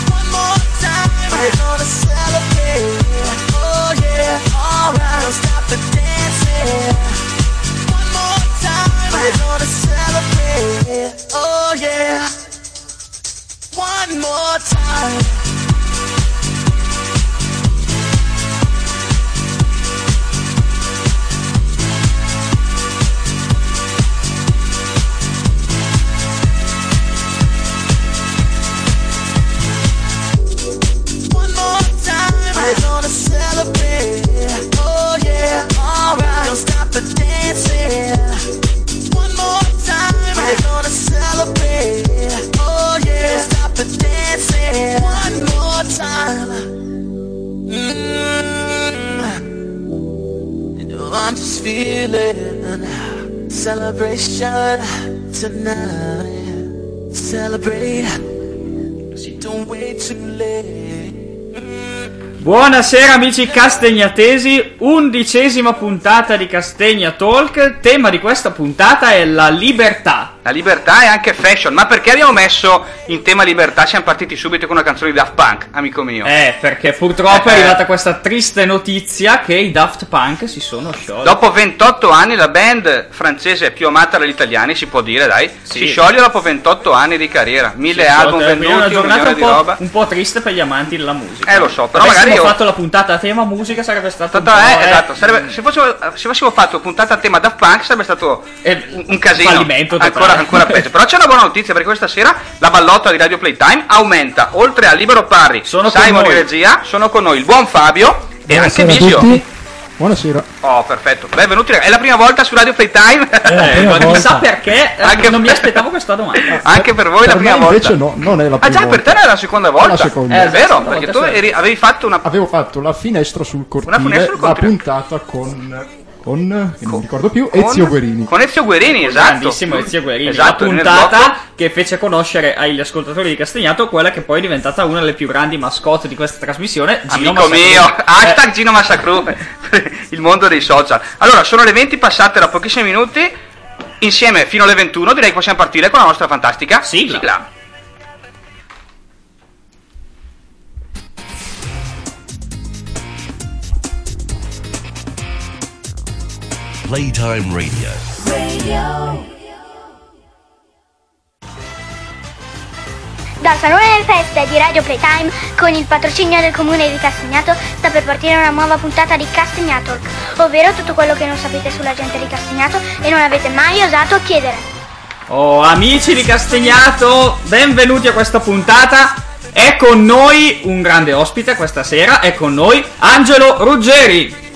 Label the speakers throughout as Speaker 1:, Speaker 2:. Speaker 1: Oh, Oh, Oh, Oh, Oh,
Speaker 2: Oh, Mm.
Speaker 1: Buonasera amici castegnatesi, undicesima puntata di Castegna Talk, il tema di questa puntata è la libertà.
Speaker 3: La libertà e anche fashion, ma perché abbiamo messo in tema libertà? Siamo partiti subito con una canzone di Daft Punk, amico mio.
Speaker 1: Eh, perché purtroppo è arrivata questa triste notizia che i Daft Punk si sono sciolti.
Speaker 3: Dopo 28 anni la band francese più amata dagli italiani, si può dire dai, sì. si scioglie dopo 28 anni di carriera, mille si album venduti,
Speaker 1: una giornata
Speaker 3: un,
Speaker 1: un, po',
Speaker 3: un
Speaker 1: po', triste per gli amanti della musica.
Speaker 3: Eh lo so, però Vabbè, magari
Speaker 1: io... fatto la puntata a tema musica sarebbe stato
Speaker 3: Tata, un eh, esatto, sarebbe, se, fossimo, se fossimo fatto puntata a tema Daft Punk sarebbe stato eh, un, un casino.
Speaker 1: Fallimento
Speaker 3: ancora, ancora peggio. Però c'è una buona notizia perché questa sera la ballotta di Radio Playtime aumenta. Oltre a Libero Parri,
Speaker 1: sono
Speaker 3: Simon
Speaker 1: in
Speaker 3: regia, sono con noi il buon Fabio e Buonasera anche Visio.
Speaker 4: Buonasera.
Speaker 3: Oh, perfetto. Benvenuti. È la prima volta su Radio Playtime.
Speaker 1: Eh, eh chissà perché anche non mi aspettavo questa domanda.
Speaker 3: anche per voi per la prima volta.
Speaker 4: Invece no, non è la prima.
Speaker 3: Ah, già per te era la seconda volta.
Speaker 4: È, la seconda.
Speaker 5: Eh,
Speaker 3: è vero, perché tu eri, avevi fatto una
Speaker 4: Avevo fatto la finestra sul cortile,
Speaker 3: una finestra sul cortile.
Speaker 4: la puntata con con, che non ricordo più, con, Ezio Guerini.
Speaker 3: Con Ezio Guerini, esatto.
Speaker 1: Grandissimo Ezio Guerini, esatto, la puntata che fece conoscere agli ascoltatori di Castagnato quella che poi è diventata una delle più grandi mascotte di questa trasmissione,
Speaker 3: Gino Amico Massacru. mio, hashtag eh. Gino Massacru, il mondo dei social. Allora, sono le 20 passate da pochissimi minuti, insieme fino alle 21 direi che possiamo partire con la nostra fantastica
Speaker 1: sigla. sigla.
Speaker 2: Playtime Radio. Radio.
Speaker 6: Dal Salone Feste di Radio Playtime, con il patrocinio del comune di Castagnato, sta per partire una nuova puntata di Castagnatalk, ovvero tutto quello che non sapete sulla gente di Castagnato e non avete mai osato chiedere.
Speaker 1: Oh, amici di Castagnato, benvenuti a questa puntata. È con noi un grande ospite questa sera, è con noi Angelo Ruggeri.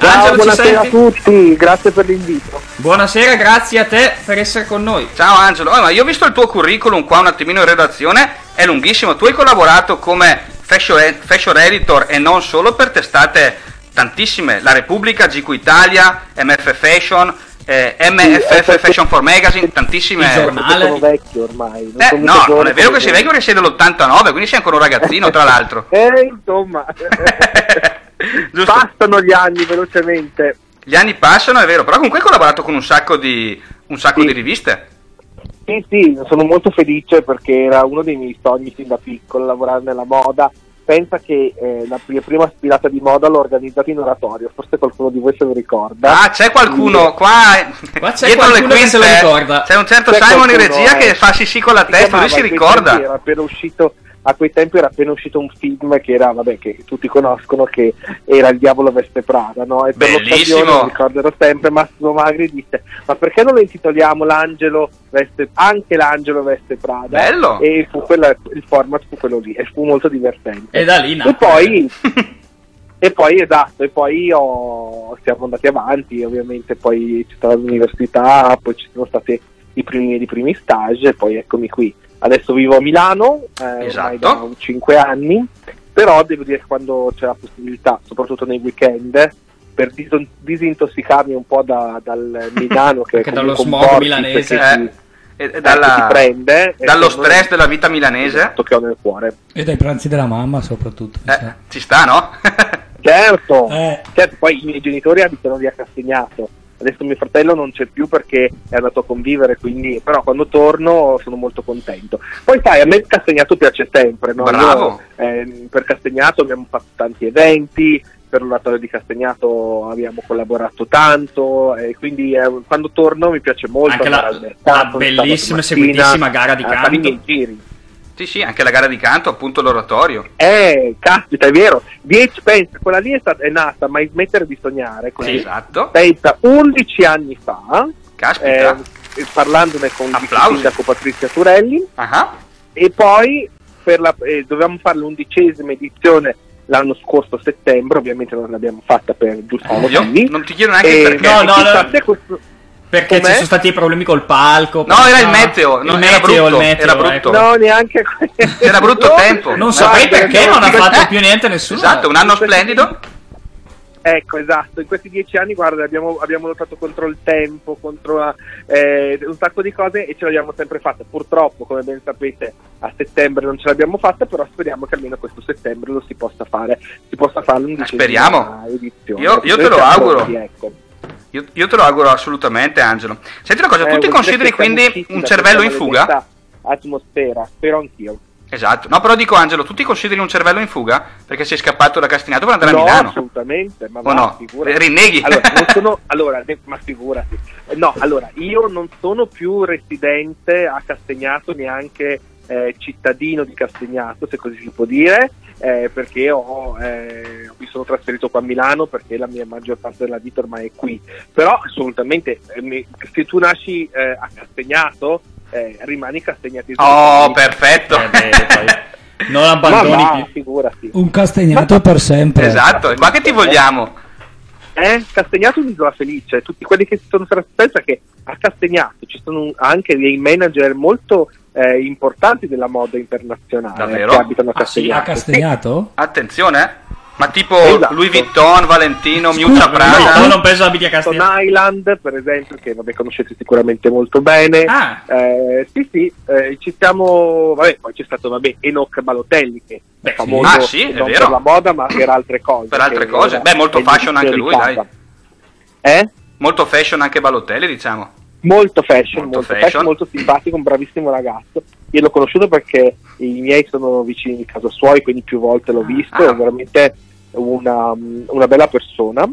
Speaker 7: Ciao, Angelo, buonasera a tutti, grazie per l'invito.
Speaker 1: Buonasera, grazie a te per essere con noi.
Speaker 3: Ciao Angelo, oh, io ho visto il tuo curriculum qua un attimino in redazione, è lunghissimo, tu hai collaborato come fashion, fashion editor e non solo per testate tantissime, La Repubblica, GQ Italia, MF Fashion, eh, MFF sì, Fashion for Magazine, tantissime.
Speaker 1: Il giornale.
Speaker 7: Sono vecchio ormai.
Speaker 3: Non eh, no, non è vero che sei vecchio perché sei dell'89, quindi sei ancora un ragazzino, tra l'altro.
Speaker 7: eh, insomma. Passano gli anni velocemente.
Speaker 3: Gli anni passano, è vero, però comunque hai collaborato con un sacco di, un sacco
Speaker 7: sì.
Speaker 3: di riviste.
Speaker 7: Sì, sì, sono molto felice perché era uno dei miei sogni fin da piccolo, lavorare nella moda. Pensa che eh, la mia prima aspirata di moda l'ho organizzata in oratorio, forse qualcuno di voi se lo ricorda.
Speaker 3: Ah, c'è qualcuno qua, eh,
Speaker 1: qua c'è dietro le quinte, se lo ricorda.
Speaker 3: certo
Speaker 7: eh.
Speaker 3: C'è un certo c'è Simon in regia eh, che fa sì sì con la testa, lui si ricorda.
Speaker 7: Era appena uscito a quei tempi era appena uscito un film che era, vabbè, che tutti conoscono, che era Il diavolo veste Prada, no? E per
Speaker 3: Bellissimo.
Speaker 7: l'occasione, mi ricorderò sempre, Massimo Magri disse, ma perché non lo intitoliamo l'angelo veste, anche l'angelo veste Prada?
Speaker 3: Bello.
Speaker 7: E fu quella- il format fu quello lì, e fu molto divertente.
Speaker 5: E da lì nacque.
Speaker 7: E poi, e poi, esatto, e poi ho- siamo andati avanti, ovviamente poi c'è stata l'università, poi ci sono stati i primi, i primi stage, e poi eccomi qui. Adesso vivo a Milano, eh,
Speaker 3: Esatto.
Speaker 7: ormai da 5 anni, però devo dire che quando c'è la possibilità, soprattutto nei weekend, per diso- disintossicarmi un po' da- dal Milano, cioè, che è
Speaker 5: Anche dallo
Speaker 7: comunque un
Speaker 5: smog
Speaker 7: vortice
Speaker 5: milanese.
Speaker 7: che ti-
Speaker 3: Eh, e- e
Speaker 7: eh, che
Speaker 3: dalla-
Speaker 7: ti prende, e
Speaker 3: dallo
Speaker 7: secondo
Speaker 3: stress
Speaker 7: me-
Speaker 3: della vita milanese.
Speaker 7: che ho nel cuore.
Speaker 8: E dai pranzi della mamma soprattutto. mi
Speaker 3: Eh,
Speaker 8: sa.
Speaker 3: ci sta, no?
Speaker 7: Certo,
Speaker 8: Eh.
Speaker 7: certo, poi i miei genitori abitano via Castignato. Adesso mio fratello non c'è più perché è andato a convivere, quindi però quando torno sono molto contento. Poi sai, a me Castagnato piace sempre, no?
Speaker 3: Bravo.
Speaker 7: Io, eh, per Castagnato abbiamo fatto tanti eventi, per l'oratorio di Castagnato abbiamo collaborato tanto e quindi eh, quando torno mi piace molto
Speaker 5: Anche la-
Speaker 7: andare al mercato,
Speaker 5: la
Speaker 7: il sabato
Speaker 5: bellissima e
Speaker 7: mattina,
Speaker 5: seguitissima gara di
Speaker 7: a fare
Speaker 5: canto.
Speaker 7: i miei giri.
Speaker 3: sì, sì, anche la gara di canto, appunto l'oratorio.
Speaker 7: Eh, caspita, è vero. 10, pensa, quella lì è, stata, è nata, ma smettere di sognare.
Speaker 3: Sì,
Speaker 7: Quindi,
Speaker 3: esatto.
Speaker 7: Pensa, 11 anni fa,
Speaker 3: Caspita.
Speaker 7: eh, parlandone con il
Speaker 3: Applausi.
Speaker 7: sindaco Patrizia Turelli,
Speaker 3: Ah,
Speaker 7: e poi per la- eh, dovevamo fare l'undicesima edizione l'anno scorso a settembre, ovviamente non l'abbiamo fatta per giusti
Speaker 3: ovvio.
Speaker 7: motivi.
Speaker 3: Eh, Non ti chiedo neanche
Speaker 7: Eh,
Speaker 3: perché.
Speaker 5: No, no,
Speaker 7: chissà
Speaker 5: no.
Speaker 7: se questo-
Speaker 5: Perché
Speaker 7: Com'è?
Speaker 5: ci sono stati i problemi col palco.
Speaker 3: No, era il meteo, no, era brutto, era brutto.
Speaker 5: ecco.
Speaker 7: No, neanche
Speaker 3: Era brutto tempo.
Speaker 5: Non saprei
Speaker 7: Guarda,
Speaker 5: perché non ha
Speaker 7: no,
Speaker 5: fatto
Speaker 3: eh.
Speaker 5: più niente nessuno.
Speaker 3: Esatto, un anno splendido.
Speaker 7: Ecco, esatto, in questi dieci anni, guarda, abbiamo, abbiamo lottato contro il tempo, contro la- eh, un sacco di cose e ce l'abbiamo sempre fatta. Purtroppo, come ben sapete, a settembre non ce l'abbiamo fatta, però speriamo che almeno questo settembre lo si possa fare, si possa fare l'undicesima
Speaker 3: Eh, Speriamo.
Speaker 7: edizione.
Speaker 3: Io- io te
Speaker 7: Noi
Speaker 3: lo
Speaker 7: siamo
Speaker 3: auguro.
Speaker 7: pronti, ecco.
Speaker 3: Io, io te lo auguro assolutamente, Angelo. Senti una cosa,
Speaker 7: Eh,
Speaker 3: tu
Speaker 7: vuol
Speaker 3: ti
Speaker 7: dire
Speaker 3: consideri
Speaker 7: che siamo
Speaker 3: quindi
Speaker 7: usciti
Speaker 3: un
Speaker 7: da
Speaker 3: cervello in
Speaker 7: questa
Speaker 3: fuga?
Speaker 7: maledetta Atmosfera, spero anch'io.
Speaker 3: Esatto. No, però dico, Angelo, tu ti consideri un cervello in fuga? Perché sei scappato da Castinato per andare
Speaker 7: no,
Speaker 3: a Milano.
Speaker 7: assolutamente, ma
Speaker 3: O
Speaker 7: va,
Speaker 3: no?
Speaker 7: figurati.
Speaker 3: Rinneghi?
Speaker 7: Allora, non sono, allora, ne- ma figurati. Eh, No, allora, io non sono più residente a Castagnato, neanche eh, cittadino di Castagnato, se così si può dire, eh, perché ho, eh, mi sono trasferito qua a Milano perché la mia maggior parte della vita ormai è qui. Però assolutamente, eh, mi- se tu nasci eh, a Castagnato, eh, rimani castagnatese.
Speaker 3: Oh, perfetto.
Speaker 5: Eh, beh, poi- Non abbandoni
Speaker 7: Ma va,
Speaker 5: più.
Speaker 7: figurati.
Speaker 8: Un castagnato per sempre.
Speaker 3: Esatto, e qua che ti vogliamo?
Speaker 7: Eh, Castagnato è un'isola felice, tutti quelli che si sono trasferiti, pensa che a Castagnato ci sono anche dei manager molto eh, importanti della moda internazionale
Speaker 3: Davvero?
Speaker 7: che abitano a
Speaker 5: Ah, sì,
Speaker 8: A
Speaker 7: Castagnato.
Speaker 8: Castagnato?
Speaker 3: Attenzione, eh. ma tipo
Speaker 7: Esatto.
Speaker 3: Louis Vuitton, Valentino,
Speaker 8: Scusa,
Speaker 3: Miuccia
Speaker 8: no,
Speaker 3: Prada.
Speaker 5: No, non penso abiti a
Speaker 7: Stone
Speaker 5: Castellano.
Speaker 7: Island, per esempio, che vabbè, conoscete sicuramente molto bene.
Speaker 5: Ah.
Speaker 7: Eh, sì, sì, eh, ci siamo. Vabbè, poi c'è stato vabbè, Enoch Balotelli che
Speaker 5: Beh,
Speaker 7: è
Speaker 5: sì.
Speaker 7: famoso
Speaker 3: Ah, sì, è
Speaker 7: non
Speaker 3: vero.
Speaker 7: per la moda, ma per altre cose.
Speaker 3: Per altre
Speaker 7: che
Speaker 3: cose.
Speaker 7: era
Speaker 3: Beh, molto
Speaker 7: il
Speaker 3: fashion anche
Speaker 7: di
Speaker 3: lui,
Speaker 7: casa.
Speaker 3: dai.
Speaker 7: Eh?
Speaker 3: Molto fashion anche Balotelli, diciamo.
Speaker 7: molto fashion,
Speaker 3: Molto
Speaker 7: molto,
Speaker 3: fashion.
Speaker 7: fashion. molto simpatico, un bravissimo ragazzo. Io l'ho conosciuto perché i miei sono vicini di casa suoi, quindi più volte l'ho visto,
Speaker 3: Ah.
Speaker 7: è veramente una, mm, una bella persona.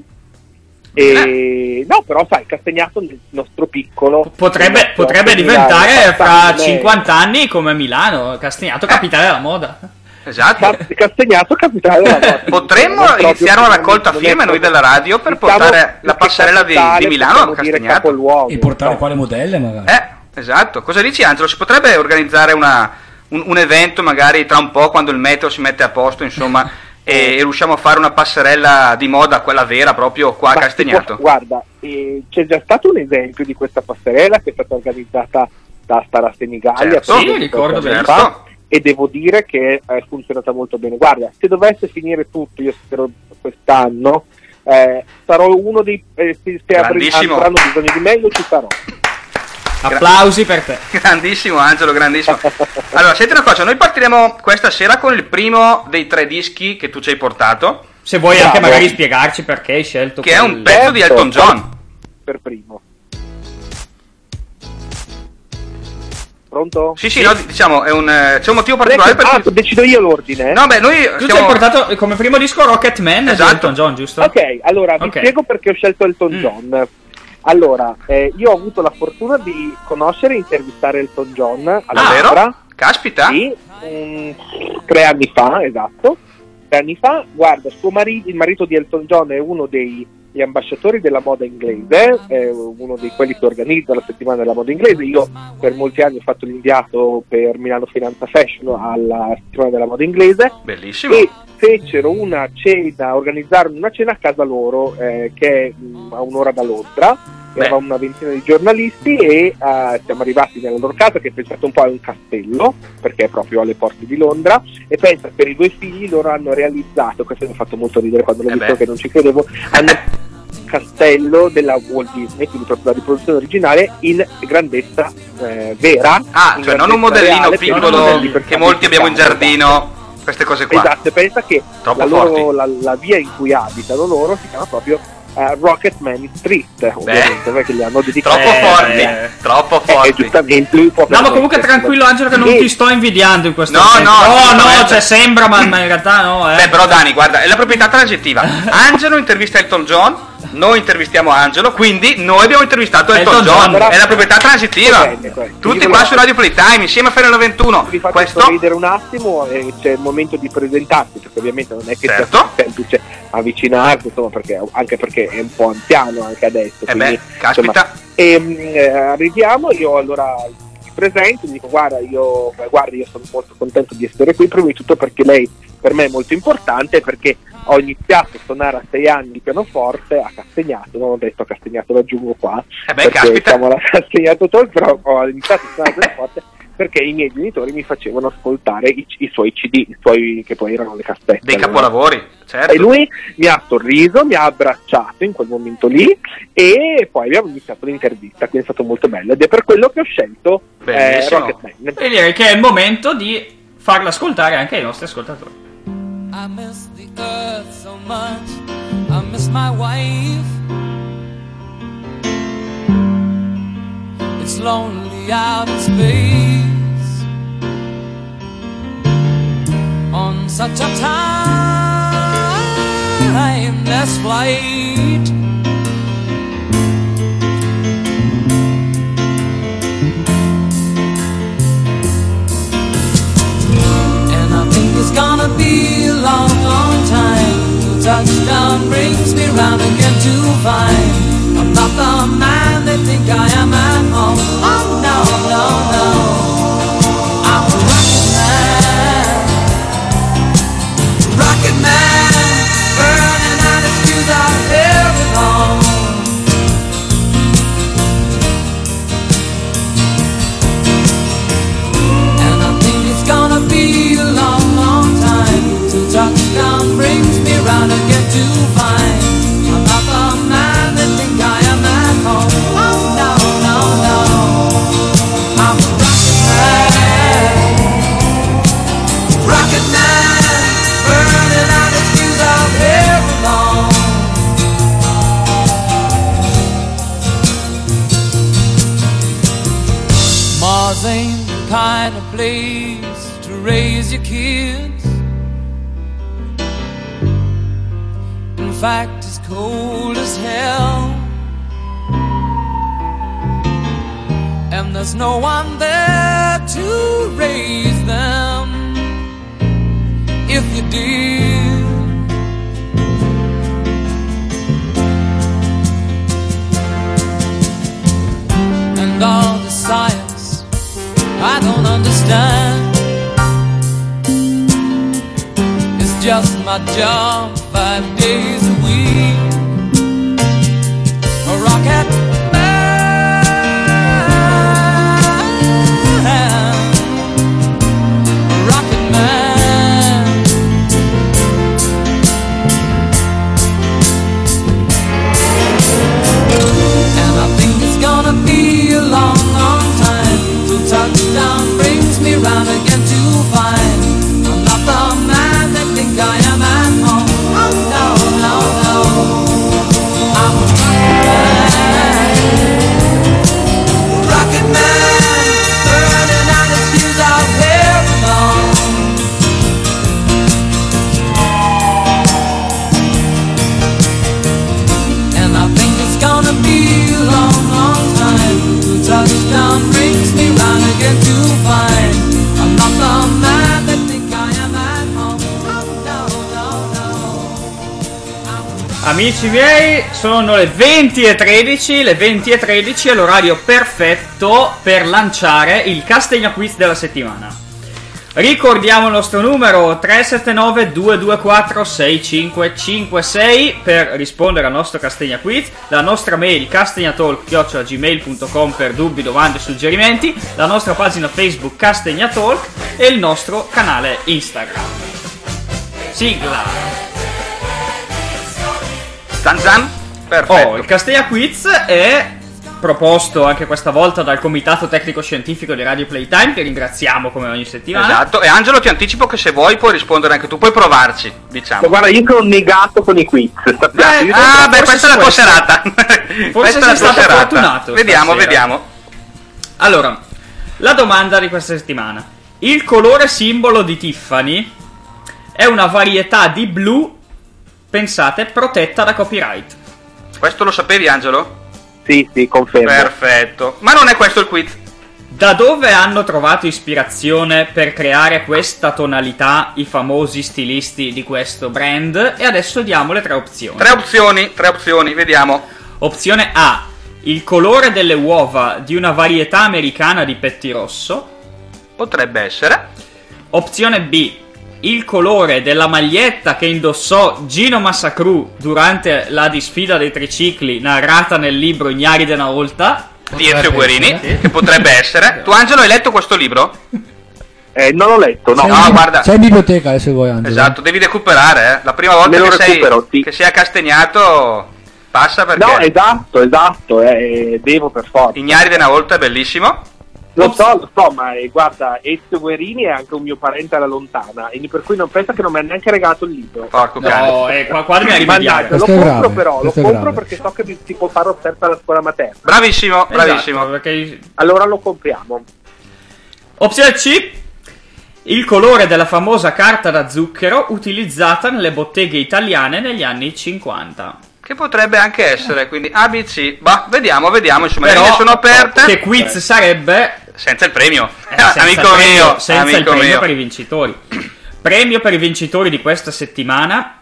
Speaker 7: E
Speaker 3: Eh.
Speaker 7: no, però sai, Castagnato nel nostro piccolo
Speaker 5: Potrebbe,
Speaker 7: nel nostro
Speaker 5: potrebbe
Speaker 7: Milano,
Speaker 5: diventare fra
Speaker 7: Castagnato,
Speaker 5: 50 anni come Milano, Castagnato, capitale della moda.
Speaker 3: Esatto.
Speaker 7: Eh. Ca- Castagnato capitale della nostra
Speaker 3: Potremmo
Speaker 7: Milano, non proprio-
Speaker 3: iniziare una raccolta
Speaker 7: non è
Speaker 3: firme noi
Speaker 7: proprio-
Speaker 3: della radio per
Speaker 7: Diciamo
Speaker 3: portare la
Speaker 7: che
Speaker 3: passerella di-
Speaker 7: capitale,
Speaker 3: di Milano a
Speaker 7: potremmo dire
Speaker 3: Castagnato.
Speaker 7: capoluogo,
Speaker 8: E portare
Speaker 7: no?
Speaker 8: quale modello magari?
Speaker 3: Eh, esatto. Cosa dici Angelo? Si potrebbe organizzare una- un, un evento magari tra un po' quando il meteo si mette a posto, insomma, e, e riusciamo a fare una passerella di moda, quella vera, proprio qua a
Speaker 7: Ma
Speaker 3: Castagnato.
Speaker 7: tipo, guarda, eh, c'è già stato un esempio di questa passerella che è stata organizzata da Stara Senigallia.
Speaker 3: Certo,
Speaker 5: sì, Ah, ricordo
Speaker 7: qualche anno
Speaker 3: certo.
Speaker 7: fa, E devo dire che eh, è funzionata molto bene. Guarda, se dovesse finire tutto, io spero quest'anno, eh, sarò uno dei... eh, se se avr-
Speaker 3: Grandissimo.
Speaker 7: avranno bisogno di me, io ci sarò.
Speaker 5: Applausi per te.
Speaker 3: Grandissimo Angelo, grandissimo. Allora, senti una cosa, noi partiremo questa sera con il primo dei tre dischi che tu ci hai portato,
Speaker 5: Se vuoi anche
Speaker 7: Bravo.
Speaker 5: magari spiegarci perché hai scelto
Speaker 3: che è
Speaker 5: quel-
Speaker 3: un pezzo di Elton John.
Speaker 7: Certo. Per primo. Pronto?
Speaker 3: Sì, sì, no, diciamo, è un, eh, c'è un motivo particolare per
Speaker 7: Ah,
Speaker 3: cui...
Speaker 7: decido io l'ordine. eh?
Speaker 3: No, beh, noi
Speaker 5: Tu ci hai
Speaker 3: stiamo...
Speaker 5: portato come primo disco Rocketman di
Speaker 3: Esatto.
Speaker 5: Elton John, giusto?
Speaker 7: Ok, allora vi
Speaker 5: Ok.
Speaker 7: spiego perché ho scelto Elton
Speaker 5: Mm.
Speaker 7: John. Allora, eh, io ho avuto la fortuna di conoscere e intervistare Elton John alla
Speaker 3: vero?
Speaker 7: Mostra.
Speaker 3: Caspita.
Speaker 7: Sì, mm, tre anni fa, esatto. Tre anni fa, guarda, suo mari- il marito di Elton John è uno degli ambasciatori della moda inglese, è uno di quelli che organizza la settimana della moda inglese. Io per molti anni ho fatto l'inviato per Milano Finanza Fashion alla settimana della moda inglese
Speaker 3: Bellissimo.
Speaker 7: e fecero una cena, organizzarono una cena a casa loro eh, che è mh, a un'ora da Londra.
Speaker 3: Beh.
Speaker 7: Eravamo una ventina di giornalisti e eh, siamo arrivati nella loro casa che pensate un po' è un castello perché è proprio alle porte di Londra e pensa per i due figli loro hanno realizzato, questo mi ha fatto molto ridere quando l'ho
Speaker 3: Eh
Speaker 7: visto
Speaker 3: beh.
Speaker 7: che non ci credevo, hanno un castello della Walt Disney, quindi proprio la riproduzione originale in grandezza eh, vera.
Speaker 3: Ah,
Speaker 7: in
Speaker 3: cioè non un
Speaker 7: grandezza
Speaker 3: modellino
Speaker 7: reale, però non
Speaker 3: piccolo
Speaker 7: modelli per
Speaker 3: che molti abbiamo in
Speaker 7: esatto.
Speaker 3: giardino, queste cose qua.
Speaker 7: Esatto, pensa che
Speaker 3: Troppo
Speaker 7: la,
Speaker 3: forti.
Speaker 7: loro, la, la via in cui abitano loro si chiama proprio eh, Rocketman Street, ovviamente, perché gli hanno dedicato
Speaker 3: Troppo
Speaker 5: Eh,
Speaker 3: forti,
Speaker 5: eh.
Speaker 3: troppo
Speaker 7: Eh,
Speaker 3: forti.
Speaker 7: giustamente lui può
Speaker 5: No, ma comunque
Speaker 7: permettersi.
Speaker 5: tranquillo Angelo che non
Speaker 7: E-
Speaker 5: ti sto invidiando in questo
Speaker 3: No,
Speaker 5: momento.
Speaker 3: no, Eh,
Speaker 5: no,
Speaker 3: assolutamente.
Speaker 5: cioè sembra, ma ma in realtà no, eh.
Speaker 3: Beh, però Dani, guarda, è la proprietà transitiva. Angelo intervista Elton John, noi intervistiamo Angelo, quindi noi abbiamo intervistato Elton,
Speaker 5: Elton
Speaker 3: John.
Speaker 5: John.
Speaker 3: È la proprietà
Speaker 7: Va
Speaker 3: transitiva.
Speaker 7: bene, questo.
Speaker 3: Tutti
Speaker 7: Io
Speaker 3: qua
Speaker 7: volevo-
Speaker 3: su Radio Playtime insieme a Fernando 21.
Speaker 7: vi faccio
Speaker 3: Questo
Speaker 7: sorridere un attimo e c'è il momento di presentarsi perché ovviamente non è che
Speaker 3: Certo.
Speaker 7: sia così semplice avvicinarsi insomma perché, anche perché è un po' anziano anche adesso
Speaker 3: Eh
Speaker 7: quindi,
Speaker 3: beh, caspita.
Speaker 7: e, mm, eh, arriviamo io allora mi presento dico guarda io, beh, guarda io sono molto contento di essere qui prima di tutto perché lei per me è molto importante perché ho iniziato a suonare a sei anni il pianoforte a Castagnato, non ho detto a Castagnato, lo aggiungo qua,
Speaker 3: Eh beh,
Speaker 7: perché
Speaker 3: caspita.
Speaker 7: siamo la segnato Talk, però ho iniziato a suonare pianoforte perché i miei genitori mi facevano ascoltare i, i suoi CD, i suoi, che poi erano le cassette.
Speaker 3: dei
Speaker 7: allora.
Speaker 3: capolavori, certo.
Speaker 7: E lui mi ha sorriso, mi ha abbracciato in quel momento lì e poi abbiamo iniziato l'intervista, quindi è stato molto bello ed è per quello che ho scelto eh,
Speaker 3: Bellissimo.
Speaker 7: Rocketman.
Speaker 5: E direi che è il momento di farla ascoltare anche ai nostri ascoltatori.
Speaker 2: I miss the earth so much. I miss my wife. It's lonely out in space on such a timeless flight. And I think it's gonna be a long, long time till touchdown brings me round again to find I'm not the man they think I am at home. Oh no, no, no. I'm a rocket man, rocket man, burning out his fuse out of every home. And I think it's gonna be a long, long time till touchdown brings me round again to find I'm not the man they think I am at home. Oh no, no, no. I'm a rocket man, rocket man, burning out his fuse out here alone. Mars ain't the kind of place to raise your kids. In fact, it's cold as hell. And there's no one there to raise them. If you did. and all the science I don't understand. It's just my job five days a week. A rocket man, a rocket man. And I think it's gonna be a long, long time till touchdown brings me round again to find I'm not the man they think I am at home. Oh no, no, no.
Speaker 5: Amici miei, sono le 20.13, le 20.13 è l'orario perfetto per lanciare il Castegna Quiz della settimana. Ricordiamo il nostro numero 379-224-6556 per rispondere al nostro Castegna Quiz, la nostra mail castagnatalk.gmail.com per dubbi, domande e suggerimenti, la nostra pagina Facebook Castegna Talk e il nostro canale Instagram. Sigla!
Speaker 3: Zan Zan? Perfetto.
Speaker 5: Oh, il Castegna Quiz è proposto anche questa volta dal Comitato Tecnico Scientifico di Radio Playtime, che ringraziamo come ogni settimana.
Speaker 3: Esatto, e Angelo ti anticipo che se vuoi puoi rispondere anche tu, puoi provarci, diciamo.
Speaker 7: Ma guarda, io sono negato con i quiz. sappiate, io sono-
Speaker 3: ah, beh, questa è la tua
Speaker 5: questo.
Speaker 3: serata.
Speaker 5: Forse
Speaker 3: Questa è la
Speaker 5: sei
Speaker 3: tua
Speaker 5: stato
Speaker 3: serata.
Speaker 5: fortunato.
Speaker 3: Vediamo,
Speaker 5: stasera.
Speaker 3: vediamo.
Speaker 5: Allora, la domanda di questa settimana. Il colore simbolo di Tiffany è una varietà di blu, pensate, protetta da copyright.
Speaker 3: Questo lo sapevi, Angelo?
Speaker 7: Sì, sì, confermo.
Speaker 3: Perfetto. Ma non è questo il quiz.
Speaker 5: Da dove hanno trovato ispirazione per creare questa tonalità i famosi stilisti di questo brand? E adesso diamo le tre opzioni.
Speaker 3: Tre opzioni, tre opzioni, vediamo.
Speaker 5: Opzione A. Il colore delle uova di una varietà americana di pettirosso.
Speaker 3: Potrebbe essere.
Speaker 5: Opzione B. Il colore della maglietta che indossò Gino Massacru durante la disfida dei tricicli narrata nel libro Ignari di una volta.
Speaker 3: Di Ezio Guerini,
Speaker 8: essere.
Speaker 3: che potrebbe essere. Tu, Angelo, hai letto questo libro?
Speaker 7: Eh, non l'ho letto, no.
Speaker 8: Sei
Speaker 3: no,
Speaker 8: in-
Speaker 3: guarda.
Speaker 8: Sei in biblioteca adesso vuoi Angelo.
Speaker 3: Esatto, devi recuperare, eh. La prima volta
Speaker 7: Me lo
Speaker 3: che,
Speaker 7: recupero,
Speaker 3: sei,
Speaker 7: sì.
Speaker 3: che sei accastegnato passa perché...
Speaker 7: No, esatto, esatto, eh, devo per forza.
Speaker 3: Ignari di una volta è bellissimo.
Speaker 7: Lo so, lo so, ma eh, guarda, Ezio Guerini è anche un mio parente alla lontana, e per cui non penso che non mi ha neanche regalato il libro.
Speaker 3: Porco cane.
Speaker 5: No, eh, qua, qua dobbiamo
Speaker 7: Mannaggia,
Speaker 5: rimediare.
Speaker 7: lo
Speaker 8: Questo è
Speaker 7: compro
Speaker 8: grave,
Speaker 7: però, lo
Speaker 8: questo è
Speaker 7: compro
Speaker 8: grave.
Speaker 7: perché so che vi- si può fare offerta alla scuola materna.
Speaker 3: Bravissimo, bravissimo.
Speaker 5: Esatto, perché-
Speaker 7: Allora lo compriamo.
Speaker 5: Opzione C. Il colore della famosa carta da zucchero utilizzata nelle botteghe italiane negli anni 50.
Speaker 3: Che potrebbe anche essere, quindi ABC. Bah, vediamo, vediamo, insomma, le
Speaker 5: Però, oh,
Speaker 3: linee sono aperte.
Speaker 5: Che quiz sarebbe
Speaker 3: Senza il premio.
Speaker 5: Eh, senza
Speaker 3: Certo. Ah, amico
Speaker 5: il premio-
Speaker 3: mio,
Speaker 5: senza
Speaker 3: amico
Speaker 5: il premio
Speaker 3: mio.
Speaker 5: per i vincitori. premio per i vincitori di questa settimana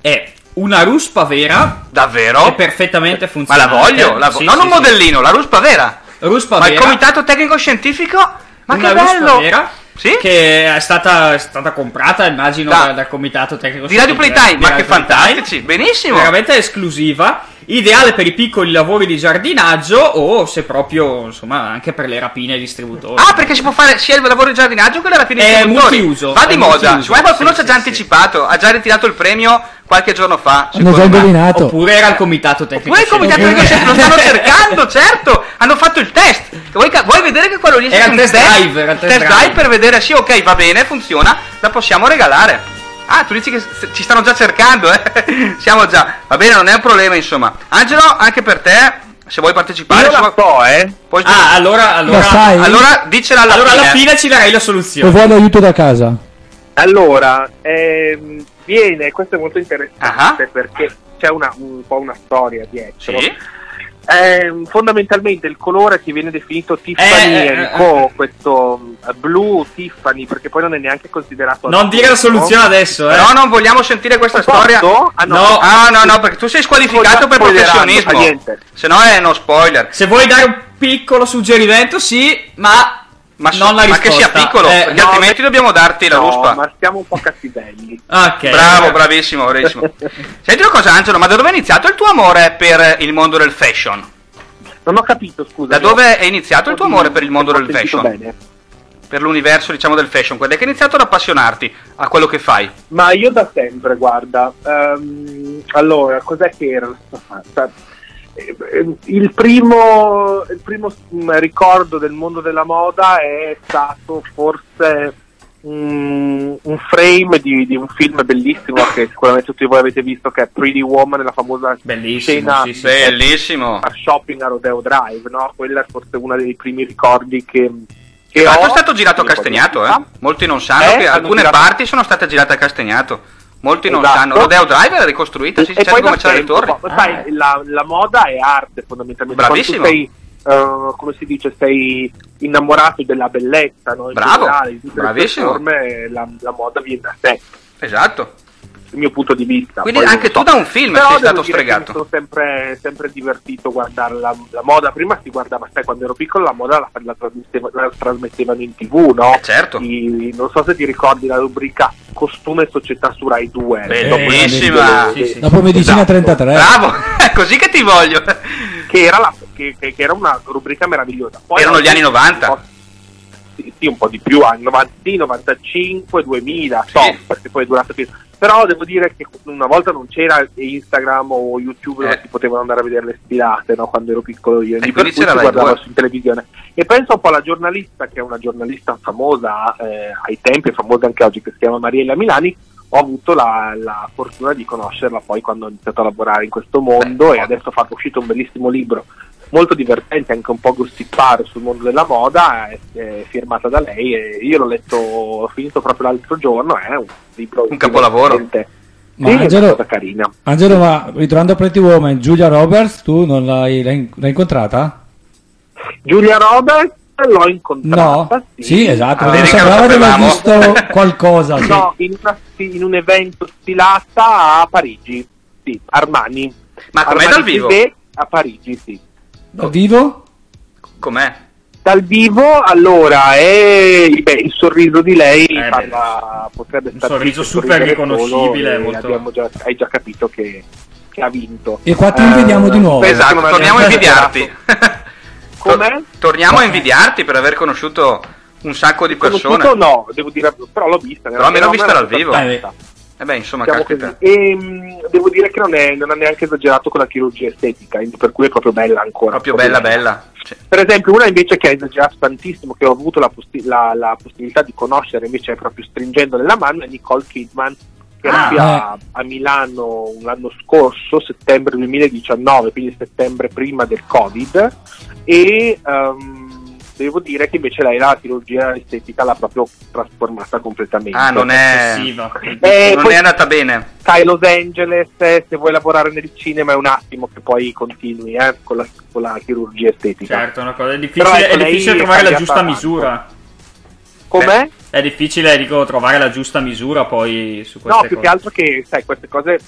Speaker 5: è una ruspa vera
Speaker 3: Davvero?
Speaker 5: e perfettamente
Speaker 3: Ma la
Speaker 5: funzionante.
Speaker 3: voglio, la vo-
Speaker 5: Sì,
Speaker 3: non
Speaker 5: sì,
Speaker 3: un
Speaker 5: sì.
Speaker 3: modellino, la ruspa vera.
Speaker 5: Ruspa
Speaker 3: Ma
Speaker 5: vera.
Speaker 3: il comitato tecnico scientifico? Ma
Speaker 5: una
Speaker 3: che bello!
Speaker 5: ruspa vera
Speaker 3: Sì?
Speaker 5: che è stata, è stata comprata, immagino,
Speaker 3: Da-
Speaker 5: da- dal comitato tecnico
Speaker 3: Di Radio
Speaker 5: scientifico,
Speaker 3: Playtime,
Speaker 5: di
Speaker 3: ma che
Speaker 5: Radio Playtime.
Speaker 3: fantastici, benissimo!
Speaker 5: Veramente esclusiva, ideale per i piccoli lavori di giardinaggio o se proprio, insomma, anche per le rapine ai distributori.
Speaker 3: Ah, perché si può fare sia il lavoro di giardinaggio che la rapina
Speaker 5: È
Speaker 3: di produttori.
Speaker 5: multiuso,
Speaker 3: Va di
Speaker 5: è
Speaker 3: moda.
Speaker 5: multiuso.
Speaker 3: Cioè, qualcuno
Speaker 5: Sì,
Speaker 3: ci ha
Speaker 5: sì, sì.
Speaker 3: già anticipato, ha già ritirato il premio qualche giorno fa.
Speaker 8: Hanno
Speaker 3: secondo
Speaker 8: già
Speaker 3: me.
Speaker 8: indovinato.
Speaker 5: Oppure era il comitato tecnico
Speaker 3: Voi il comitato
Speaker 5: scientifico.
Speaker 3: tecnico scientifico lo stanno cercando, certo! Hanno fatto il test! Vuoi, ca- vuoi vedere che quello lì è
Speaker 5: Era
Speaker 3: stato
Speaker 5: il
Speaker 3: un
Speaker 5: test drive, era il test
Speaker 3: test drive
Speaker 5: drive.
Speaker 3: per vedere, sì, ok, va bene, funziona, la possiamo regalare. Ah, tu dici che s- ci stanno già cercando, eh? Siamo già. Va bene, non è un problema, insomma. Angelo, anche per te, se vuoi partecipare,
Speaker 7: Io
Speaker 3: insomma,
Speaker 7: la so, eh.
Speaker 3: puoi-
Speaker 5: Ah, allora, allora,
Speaker 8: Lo sai?
Speaker 3: allora dicela alla
Speaker 5: allora
Speaker 3: fine.
Speaker 5: alla fine ci darai la
Speaker 8: O
Speaker 5: soluzione.
Speaker 8: vuoi l'aiuto da casa?
Speaker 7: Allora, ehm, viene, questo è molto interessante
Speaker 3: Ah.
Speaker 7: perché c'è una, un po' una storia dietro.
Speaker 3: Sì.
Speaker 7: Ehm, fondamentalmente il colore che viene definito
Speaker 5: Eh,
Speaker 7: Tiffany
Speaker 5: eh, eh,
Speaker 7: Co, questo mm, blu Tiffany, perché poi non è neanche considerato.
Speaker 5: Non dire la soluzione adesso, eh.
Speaker 3: Però non vogliamo sentire questa
Speaker 7: Posso?
Speaker 3: storia.
Speaker 7: Ah, no.
Speaker 5: No.
Speaker 3: Ah, no, no, perché tu sei squalificato per
Speaker 7: Spoilerando, fa
Speaker 3: professionismo.
Speaker 7: niente.
Speaker 3: Se no è uno spoiler.
Speaker 5: Se vuoi dare un piccolo suggerimento, sì, ma,
Speaker 3: Ma,
Speaker 5: non la
Speaker 3: ma
Speaker 5: risposta.
Speaker 3: che sia piccolo,
Speaker 5: Eh,
Speaker 3: perché
Speaker 5: no.
Speaker 3: altrimenti dobbiamo darti la
Speaker 7: No,
Speaker 3: ruspa.
Speaker 7: ma siamo un po' cattivelli.
Speaker 5: Ok.
Speaker 3: Bravo, bravissimo, bravissimo. Senti una cosa, Angelo, ma da dove è iniziato il tuo amore per il mondo del fashion?
Speaker 7: Non ho capito, scusa.
Speaker 3: Da dove è iniziato il tuo amore per il mondo del fashion?
Speaker 7: Bene.
Speaker 3: Per l'universo, diciamo, del fashion? Quando è che hai iniziato ad appassionarti a quello che fai?
Speaker 7: Ma io da sempre, guarda. Ehm, allora, cos'è che era la sta fatta? Eh, eh, Il primo, il primo mm, ricordo del mondo della moda è stato forse mm, un frame di, di un film bellissimo che sicuramente tutti voi avete visto che è Pretty Woman, la famosa
Speaker 5: Bellissimo,
Speaker 7: scena
Speaker 5: sì, sì.
Speaker 3: Bellissimo.
Speaker 7: a shopping a Rodeo Drive, no? Quella è forse uno dei primi ricordi che, che
Speaker 3: Tra l'altro
Speaker 7: ho.
Speaker 3: è stato girato a Castagnato, eh? Molti non sanno
Speaker 7: Eh,
Speaker 3: che
Speaker 7: hanno
Speaker 3: alcune
Speaker 7: girato-
Speaker 3: parti sono state girate a Castagnato. Molti non
Speaker 7: Esatto.
Speaker 3: sanno. Rodeo Drive era ricostruita, sì, sì, certo come
Speaker 7: da
Speaker 3: c'era le
Speaker 7: sempre,
Speaker 3: torri. Ah.
Speaker 7: ma sai, la, la moda è arte fondamentalmente.
Speaker 3: Bravissimo.
Speaker 7: Quando tu sei, eh, come si dice, sei innamorato della bellezza, no? In
Speaker 3: Bravo,
Speaker 7: generale, di tutte le
Speaker 3: bravissimo.
Speaker 7: sue forme, la, la moda viene da sé.
Speaker 3: Esatto.
Speaker 7: il mio punto di vista.
Speaker 3: Quindi
Speaker 7: Poi non
Speaker 3: anche
Speaker 7: so.
Speaker 3: tu da un film
Speaker 7: Però
Speaker 3: sei stato
Speaker 7: devo dire che
Speaker 3: stregato.
Speaker 7: Mi sono sempre, sempre divertito guardare la, la moda. Prima si guardava, sai, quando ero piccolo la moda la, la trasmetteva- la trasmettevano in tv, no?
Speaker 3: certo.
Speaker 7: I- non so se ti ricordi la rubrica Costume e Società su Rai 2.
Speaker 3: Bellissima.
Speaker 7: Dopo-
Speaker 8: Eh, Dopo medicina 33.
Speaker 3: Esatto. Bravo, è così che ti voglio.
Speaker 7: Che era, la- che- che- che era una rubrica meravigliosa. Poi
Speaker 3: Erano gli anni 90.
Speaker 7: Sì, sì, un po' di più, anni 90, sì, 95, 2000, so, perché poi è durato fino. Però devo dire che una volta non c'era Instagram o YouTube
Speaker 3: Eh.
Speaker 7: dove si potevano andare a vedere le sfilate, no? quando ero piccolo io. Per
Speaker 3: quindi
Speaker 7: cui
Speaker 3: c'era
Speaker 7: si
Speaker 3: Rai
Speaker 7: guardava
Speaker 3: due.
Speaker 7: su televisione. E penso un po' alla giornalista, che è una giornalista famosa eh, ai tempi, e famosa anche oggi, che si chiama Mariella Milani. Ho avuto la, la fortuna di conoscerla poi quando ho iniziato a lavorare in questo mondo e adesso fa uscito un bellissimo libro molto divertente, anche un po' gossipare sul mondo della moda, è, è firmata da lei e io l'ho letto, ho finito proprio l'altro giorno, è un libro un
Speaker 3: capolavoro.
Speaker 8: Ma
Speaker 7: Sì, è
Speaker 8: Angelo-
Speaker 7: una cosa carina.
Speaker 8: Angelo, ma ritornando a Pretty Woman, Giulia Roberts, tu non l'hai, l'hai- l'hai incontrata?
Speaker 7: Giulia Roberts l'ho incontrata.
Speaker 8: No? Sì, esatto,
Speaker 7: Ah,
Speaker 8: mi
Speaker 7: vedi che
Speaker 8: sembrava
Speaker 7: lo
Speaker 8: di aver
Speaker 7: sapevamo.
Speaker 8: visto qualcosa. sì.
Speaker 7: No, in, una- in un evento stilata a Parigi, sì, Armani.
Speaker 3: Ma com'è
Speaker 7: Armani
Speaker 3: dal vivo?
Speaker 7: Privé A Parigi, sì.
Speaker 8: Dal vivo?
Speaker 3: Com'è?
Speaker 7: Dal vivo, allora, Ah, e, beh, il sorriso di
Speaker 3: Eh,
Speaker 7: lei parla- potrebbe
Speaker 5: Un
Speaker 7: stare
Speaker 5: sorriso
Speaker 7: il
Speaker 5: super
Speaker 7: sorriso del volo
Speaker 5: riconoscibile,
Speaker 7: e
Speaker 5: molto-
Speaker 7: abbiamo già- hai già capito che, che ha vinto. Eh,
Speaker 8: E qua ti invidiamo di nuovo.
Speaker 3: Esatto, torniamo a invidiarti.
Speaker 7: Come? Eh.
Speaker 3: Torniamo a invidiarti per aver conosciuto un sacco di persone.
Speaker 7: Conosciuto no, devo dire, però l'ho vista.
Speaker 3: Però almeno
Speaker 7: l'ho
Speaker 3: vista dal vivo. Eh beh, insomma,
Speaker 7: Diciamo
Speaker 3: caspita.
Speaker 7: così. E, mh, devo dire che non, è, non ha neanche esagerato con la chirurgia estetica, quindi per cui è proprio bella ancora.
Speaker 3: Proprio bella, bella.
Speaker 7: Per esempio, una invece che ha esagerato tantissimo, che ho avuto la, possi- la- la possibilità di conoscere invece proprio stringendole la mano, è Nicole Kidman, che era
Speaker 5: Ah,
Speaker 7: qui a, a Milano l'anno scorso, settembre 2019, quindi settembre prima del Covid, e ehm, devo dire che invece lei la chirurgia estetica l'ha proprio trasformata completamente.
Speaker 3: Ah, non è.
Speaker 7: Eh,
Speaker 3: non
Speaker 7: poi-
Speaker 3: è andata bene.
Speaker 7: Sai, Los Angeles, eh, se vuoi lavorare nel cinema è un attimo che poi continui eh, con, la, con la chirurgia estetica.
Speaker 5: Certo, è una cosa è
Speaker 7: Però
Speaker 5: difficile,
Speaker 7: ecco,
Speaker 5: è
Speaker 7: lei
Speaker 5: difficile
Speaker 7: è
Speaker 5: trovare la
Speaker 7: cambiata
Speaker 5: giusta
Speaker 7: tanto.
Speaker 5: misura.
Speaker 7: Com'è?
Speaker 5: È difficile, dico, trovare la giusta misura poi su
Speaker 7: No,
Speaker 5: queste
Speaker 7: più
Speaker 5: cose.
Speaker 7: che altro che, sai, queste cose eh,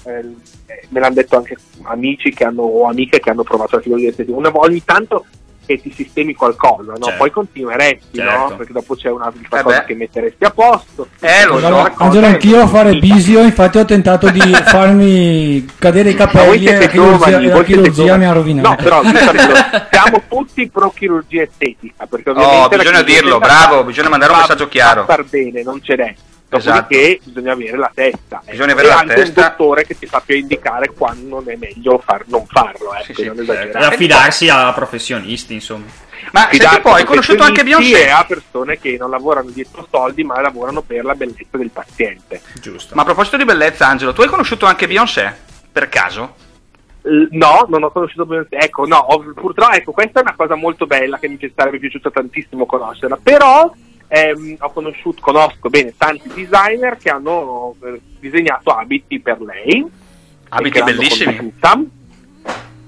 Speaker 7: eh, me l'hanno detto anche amici che hanno, o amiche che hanno provato la chirurgia estetica. Una- ogni tanto che ti sistemi qualcosa, no?
Speaker 5: Certo.
Speaker 7: poi continueresti,
Speaker 5: Certo.
Speaker 7: no? perché dopo c'è un'altra
Speaker 3: Eh
Speaker 7: cosa
Speaker 3: beh.
Speaker 7: che metteresti a posto.
Speaker 3: Eh, lo so.
Speaker 7: Allora,
Speaker 8: Angelo, anch'io a fare bisio, infatti ho tentato di farmi cadere i capelli e la chirurgia, e la chirurgia mi ha rovinato.
Speaker 7: No, però giustamente, siamo tutti pro chirurgia estetica, perché ovviamente
Speaker 3: Oh,
Speaker 7: la
Speaker 3: bisogna
Speaker 7: chirurgia
Speaker 3: dirlo,
Speaker 7: estetica
Speaker 3: bravo, bisogna mandare un
Speaker 7: fa-
Speaker 3: messaggio chiaro. Esatto.
Speaker 7: fa star bene, non c'è n'è. Dopodiché bisogna avere la testa. eh.
Speaker 3: Bisogna avere
Speaker 7: e
Speaker 3: la
Speaker 7: anche
Speaker 3: testa.
Speaker 7: un dottore che ti sappia indicare quando è meglio far- non farlo, ecco, non
Speaker 5: Certo,
Speaker 7: esagerare.
Speaker 5: e affidarsi a professionisti, insomma.
Speaker 3: Ma senti
Speaker 7: Fidarsi
Speaker 3: un po', hai
Speaker 7: dei
Speaker 3: conosciuto anche
Speaker 7: professionisti
Speaker 3: Beyoncé?
Speaker 7: e a persone che non lavorano dietro soldi, ma lavorano per la bellezza del paziente.
Speaker 5: Giusto.
Speaker 3: Ma a proposito di bellezza, Angelo, tu hai conosciuto anche Beyoncé? Per caso?
Speaker 7: Eh, No, non ho conosciuto Beyoncé. Ecco, no, ho- purtroppo, ecco, questa è una cosa molto bella che mi pi- sarebbe piaciuto tantissimo conoscerla. Però ehm, ho conosciuto, conosco bene tanti designer che hanno eh, disegnato abiti per lei.
Speaker 3: Abiti
Speaker 7: e che l'hanno
Speaker 3: bellissimi.
Speaker 7: conosciuta.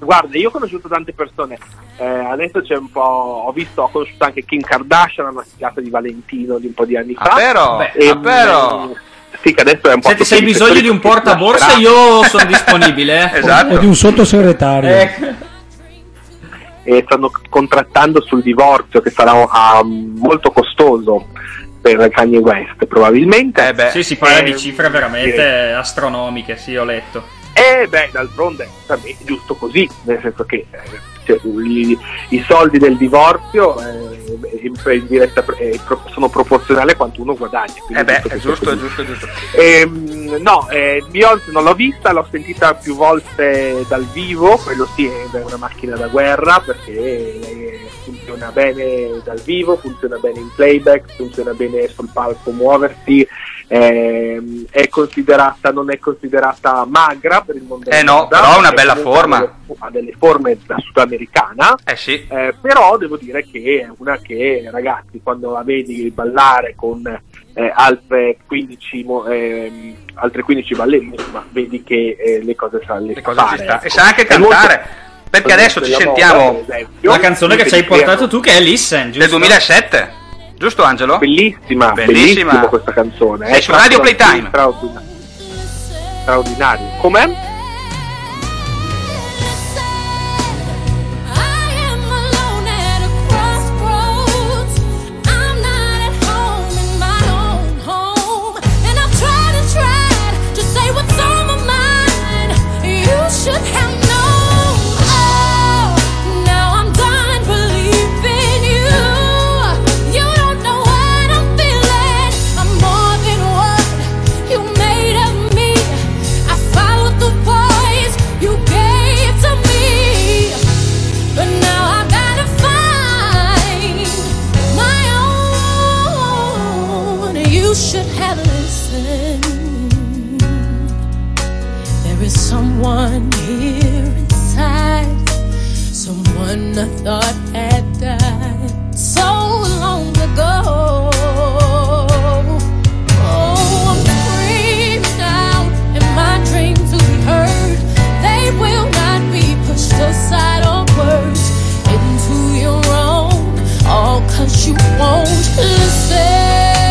Speaker 7: Guarda, io ho conosciuto tante persone. Eh, adesso c'è un po'. Ho visto, ho conosciuto anche Kim Kardashian, una figata di Valentino di un po' di anni fa.
Speaker 3: Ah, però,
Speaker 5: Beh,
Speaker 3: ah, però.
Speaker 7: mm, Sì, che adesso è un po'.
Speaker 5: Senti, se hai
Speaker 7: tutti i
Speaker 5: bisogno
Speaker 7: settori
Speaker 5: di un
Speaker 7: che si
Speaker 5: portaborsa,
Speaker 7: lasceranno.
Speaker 5: io sono disponibile. eh.
Speaker 8: O di
Speaker 3: Esatto. Eh,
Speaker 8: un sottosegretario.
Speaker 7: e stanno contrattando sul divorzio che sarà ah, molto costoso per Kanye West probabilmente.
Speaker 3: Eh beh,
Speaker 5: Sì, si parla
Speaker 7: Eh,
Speaker 5: di cifre veramente astronomiche, sì, ho letto.
Speaker 3: Eh,
Speaker 7: E Eh beh, d'altronde vabbè, è giusto così, nel senso che eh, cioè, i, i soldi del divorzio eh, in- in diretta- eh, pro- sono proporzionali a quanto uno guadagna. quindi
Speaker 3: eh beh,
Speaker 7: che
Speaker 3: è
Speaker 7: sia
Speaker 3: giusto, è
Speaker 7: così.
Speaker 3: giusto, è giusto.
Speaker 7: Ehm, no, eh, Beyoncé non l'ho vista, l'ho sentita più volte dal vivo, quello sì è una macchina da guerra perché lei funziona bene dal vivo, funziona bene in playback, funziona bene sul palco muoversi, ehm, è considerata, non è considerata magra per il mondo.
Speaker 3: Eh no, però ha una bella forma.
Speaker 7: Ha delle forme da sudamericana.
Speaker 3: Eh sì.
Speaker 7: Eh, però devo dire che è una che ragazzi quando la vedi ballare con eh, altre 15 mo- ehm, altre 15 ballerine insomma vedi che eh, le cose sa le,
Speaker 3: Le cose ci
Speaker 7: fare,
Speaker 3: sta. E
Speaker 7: ecco.
Speaker 3: sa anche
Speaker 7: È
Speaker 3: cantare. Perché
Speaker 7: molto-
Speaker 3: adesso ci
Speaker 7: della moda,
Speaker 3: sentiamo
Speaker 7: per esempio,
Speaker 5: La canzone che ci hai
Speaker 7: mi piace.
Speaker 5: portato tu, che è Listen, giusto?
Speaker 3: del 2007, giusto Angelo?
Speaker 7: bellissima
Speaker 3: Bellissima.
Speaker 7: bellissima questa canzone
Speaker 3: Sei
Speaker 7: eh,
Speaker 3: su Radio
Speaker 7: straordinaria,
Speaker 3: Playtime.
Speaker 7: straordinaria. straordinario. Com'è?
Speaker 3: Diciamo
Speaker 9: Oh, someone here inside, someone I thought had died so long ago. Oh, I'm free now, and my dreams will be heard. They will not be pushed aside or words into your own, all cause you won't listen. Oh,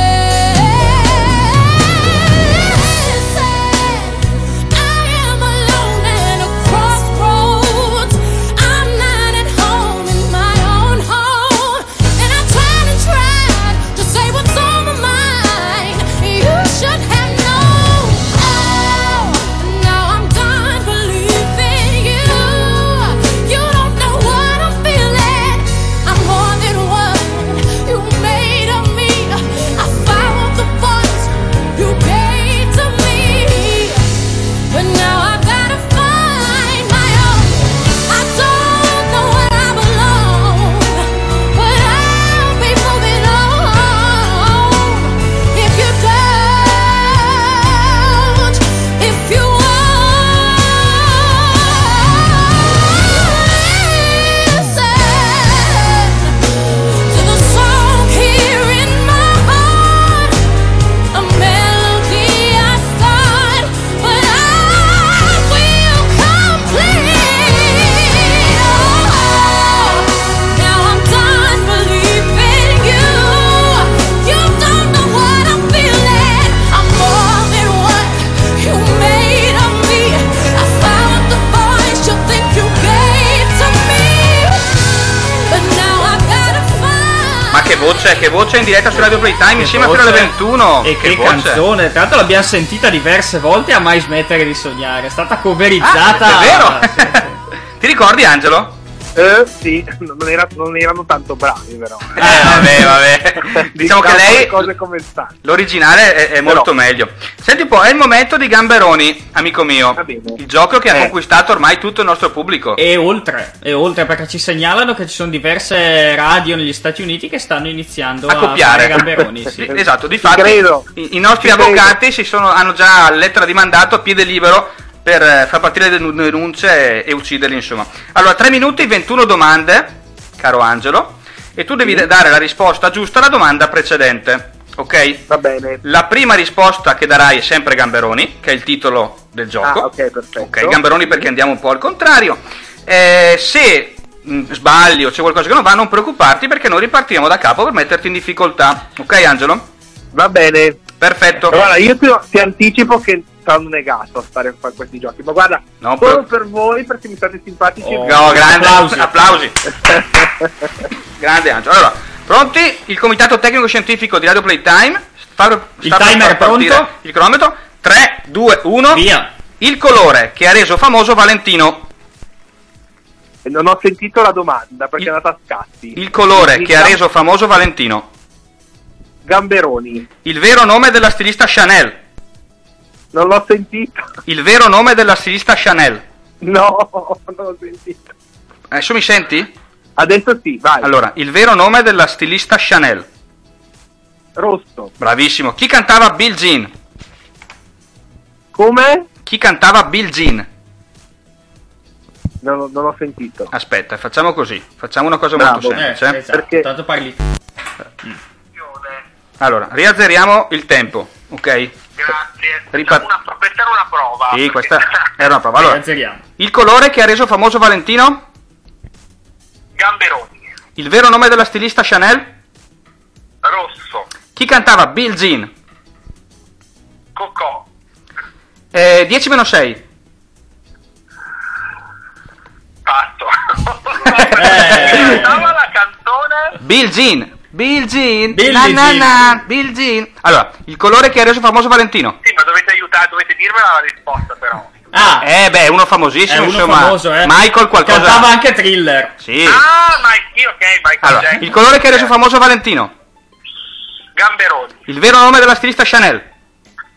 Speaker 9: Oh,
Speaker 3: voce, che voce in diretta su Radio Playtime che insieme voce. a quella 21.
Speaker 5: E che, che canzone, tra l'altro l'abbiamo sentita diverse volte a mai smettere di sognare, è stata coverizzata.
Speaker 3: Ah, è vero? Sì, sì. Ti ricordi Angelo?
Speaker 7: Eh, sì, non, era, non erano tanto bravi però.
Speaker 3: Eh, vabbè, vabbè. diciamo che lei...
Speaker 7: Cose come stanno.
Speaker 3: L'originale è, è molto però. meglio. Senti un po', è il momento di Gamberoni, amico mio. Il gioco che eh. ha conquistato ormai tutto il nostro pubblico.
Speaker 7: Eh.
Speaker 5: E oltre, e oltre, perché ci segnalano che ci sono diverse radio negli Stati Uniti che stanno iniziando a,
Speaker 3: a copiare
Speaker 5: Gamberoni. Sì.
Speaker 3: esatto, di fatto i, i, nostri Ti avvocati sono, hanno già lettera di mandato a piede libero per eh, far partire le denunce e, ucciderli, insomma. Allora, 3 minuti e 21 domande, caro Angelo, e tu devi sì. dare la risposta giusta alla domanda precedente. Ok?
Speaker 7: Va bene.
Speaker 3: La prima risposta che darai è sempre Gamberoni, che è il titolo del gioco.
Speaker 7: Ah, ok, perfetto.
Speaker 3: Ok, Gamberoni perché andiamo un po' al contrario. Eh, se mh, sbagli o c'è qualcosa che non va, non preoccuparti perché noi ripartiamo da capo per metterti in difficoltà. Ok, Angelo?
Speaker 7: Va bene.
Speaker 3: Perfetto.
Speaker 7: Guarda, io ti, ti anticipo che sono negato a stare a fare questi giochi, ma guarda, no, solo per... per voi perché mi state simpatici.
Speaker 3: Oh, no, grande, applausi. applausi. grande Angelo. Allora, pronti? Il comitato tecnico scientifico di Radio Playtime. Sta,
Speaker 5: il timer è pronto.
Speaker 3: Il cronometro. 3, 2, 1.
Speaker 5: Via.
Speaker 3: Il colore che ha reso famoso Valentino.
Speaker 7: Non ho sentito la domanda perché il, è andata a scatti.
Speaker 3: Il colore il che gam... ha reso famoso Valentino.
Speaker 7: Gamberoni.
Speaker 3: Il vero nome della stilista Chanel.
Speaker 7: Non l'ho sentito.
Speaker 3: Il vero nome della stilista Chanel.
Speaker 7: No, non l'ho sentito.
Speaker 3: Adesso mi senti?
Speaker 7: Adesso sì, vai.
Speaker 3: Allora, il vero nome della stilista Chanel.
Speaker 7: Rosso.
Speaker 3: Bravissimo. Chi cantava Bill Jean?
Speaker 7: Come?
Speaker 3: Chi cantava Bill Jean?
Speaker 7: Non, non ho sentito.
Speaker 3: Aspetta, facciamo così. Facciamo una cosa Bravo. molto semplice.
Speaker 5: Eh, esatto. Perché... Tanto parli.
Speaker 3: Allora, riazzeriamo il tempo, ok?
Speaker 10: Grazie. Ripart- una, questa era una prova.
Speaker 3: Sì, questa era una prova. Eh, Allora, il colore che ha reso famoso Valentino?
Speaker 10: Gamberoni.
Speaker 3: Il vero nome della stilista Chanel?
Speaker 10: Rosso.
Speaker 3: Chi cantava Bill Jean?
Speaker 10: Cocò.
Speaker 3: Eh, 10 meno 6.
Speaker 11: Cantava la canzone
Speaker 3: Bill Jean. Bill Jean.
Speaker 5: Billie
Speaker 3: na, na,
Speaker 5: Jean.
Speaker 3: na, Bill Jean. Allora, il colore che ha reso famoso Valentino.
Speaker 11: Sì ma dovete aiutare Dovete dirmela la risposta però
Speaker 5: Ah,
Speaker 3: Eh beh, uno
Speaker 5: è
Speaker 3: famosissimo,
Speaker 5: uno
Speaker 3: insomma.
Speaker 5: famoso, eh.
Speaker 3: Michael qualcosa.
Speaker 5: Cantava anche thriller.
Speaker 3: Sì.
Speaker 11: Ah ma sì ok Michael
Speaker 3: Allora,
Speaker 11: Jackson
Speaker 3: il colore che ha reso famoso Valentino.
Speaker 11: Gamberoni
Speaker 3: Il vero nome della stilista Chanel.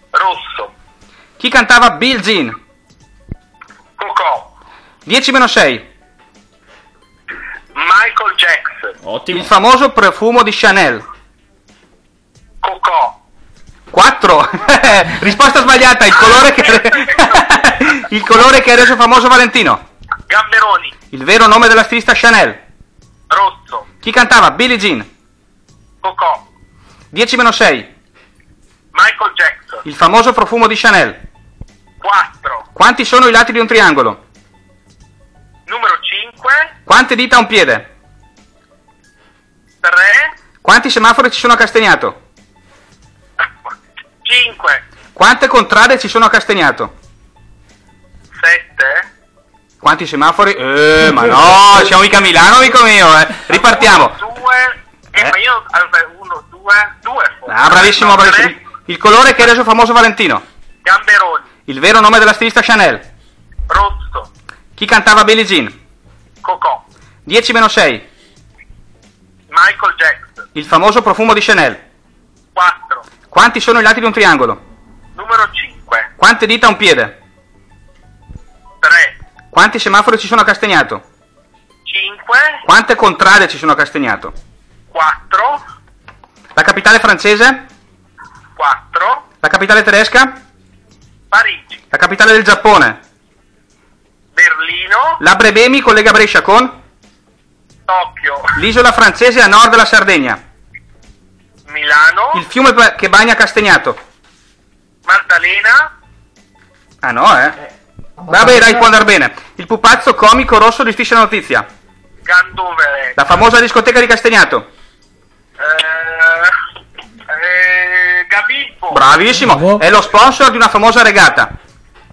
Speaker 11: Rosso
Speaker 3: Chi cantava Bill Jean?
Speaker 11: Cocò
Speaker 3: 10 meno 6.
Speaker 11: Michael Jackson
Speaker 3: Il
Speaker 5: Ottimo.
Speaker 3: famoso profumo di Chanel.
Speaker 11: Cocò
Speaker 3: 4. Risposta sbagliata, il colore che Il colore che ha reso famoso Valentino.
Speaker 11: Gamberoni
Speaker 3: Il vero nome della stilista Chanel.
Speaker 11: Rosso
Speaker 3: Chi cantava Billie Jean?
Speaker 11: Cocò
Speaker 3: 10 meno 6.
Speaker 11: Michael Jackson
Speaker 3: Il famoso profumo di Chanel.
Speaker 11: 4
Speaker 3: Quanti sono i lati di un triangolo?
Speaker 11: Numero 5
Speaker 3: Quante dita ha un piede?
Speaker 11: 3
Speaker 3: Quanti semafori ci sono a Castagnato?
Speaker 11: 5
Speaker 3: Quante contrade ci sono a Castagnato?
Speaker 11: 7
Speaker 3: Quanti semafori? Eh, ma no, siamo mica a Milano, amico mio, eh. Ripartiamo.
Speaker 11: 2 eh,
Speaker 3: Eh.
Speaker 11: ma io 1 2 2
Speaker 3: Ah, bravissimo, bravissimo. Il colore che ha reso famoso Valentino.
Speaker 11: Gamberoni
Speaker 3: Il vero nome della stilista Chanel.
Speaker 11: Rosso
Speaker 3: Chi cantava Billie Jean?
Speaker 11: Cocò
Speaker 3: 10 meno 6.
Speaker 11: Michael Jackson
Speaker 3: Il famoso profumo di Chanel.
Speaker 11: 4
Speaker 3: Quanti sono i lati di un triangolo?
Speaker 11: Numero 5
Speaker 3: Quante dita ha un piede?
Speaker 11: 3
Speaker 3: Quanti semafori ci sono a Castagnato?
Speaker 11: 5
Speaker 3: Quante contrade ci sono a Castagnato?
Speaker 11: 4
Speaker 3: La capitale francese?
Speaker 11: 4
Speaker 3: La capitale tedesca?
Speaker 11: Parigi
Speaker 3: La capitale del Giappone?
Speaker 11: Berlino
Speaker 3: La Brebemi collega Brescia con?
Speaker 11: Tokyo
Speaker 3: L'isola francese a nord della Sardegna.
Speaker 11: Milano
Speaker 3: Il fiume pa- che bagna Castagnato.
Speaker 11: Maddalena
Speaker 3: Ah no, eh? Vabbè, dai, può andare bene. Il pupazzo comico rosso di Striscia la Notizia.
Speaker 11: Gandovere
Speaker 3: La famosa discoteca di Castagnato.
Speaker 11: eh, eh, Gabibbo
Speaker 3: Bravissimo.
Speaker 8: Bravo.
Speaker 3: È lo sponsor di una famosa regata.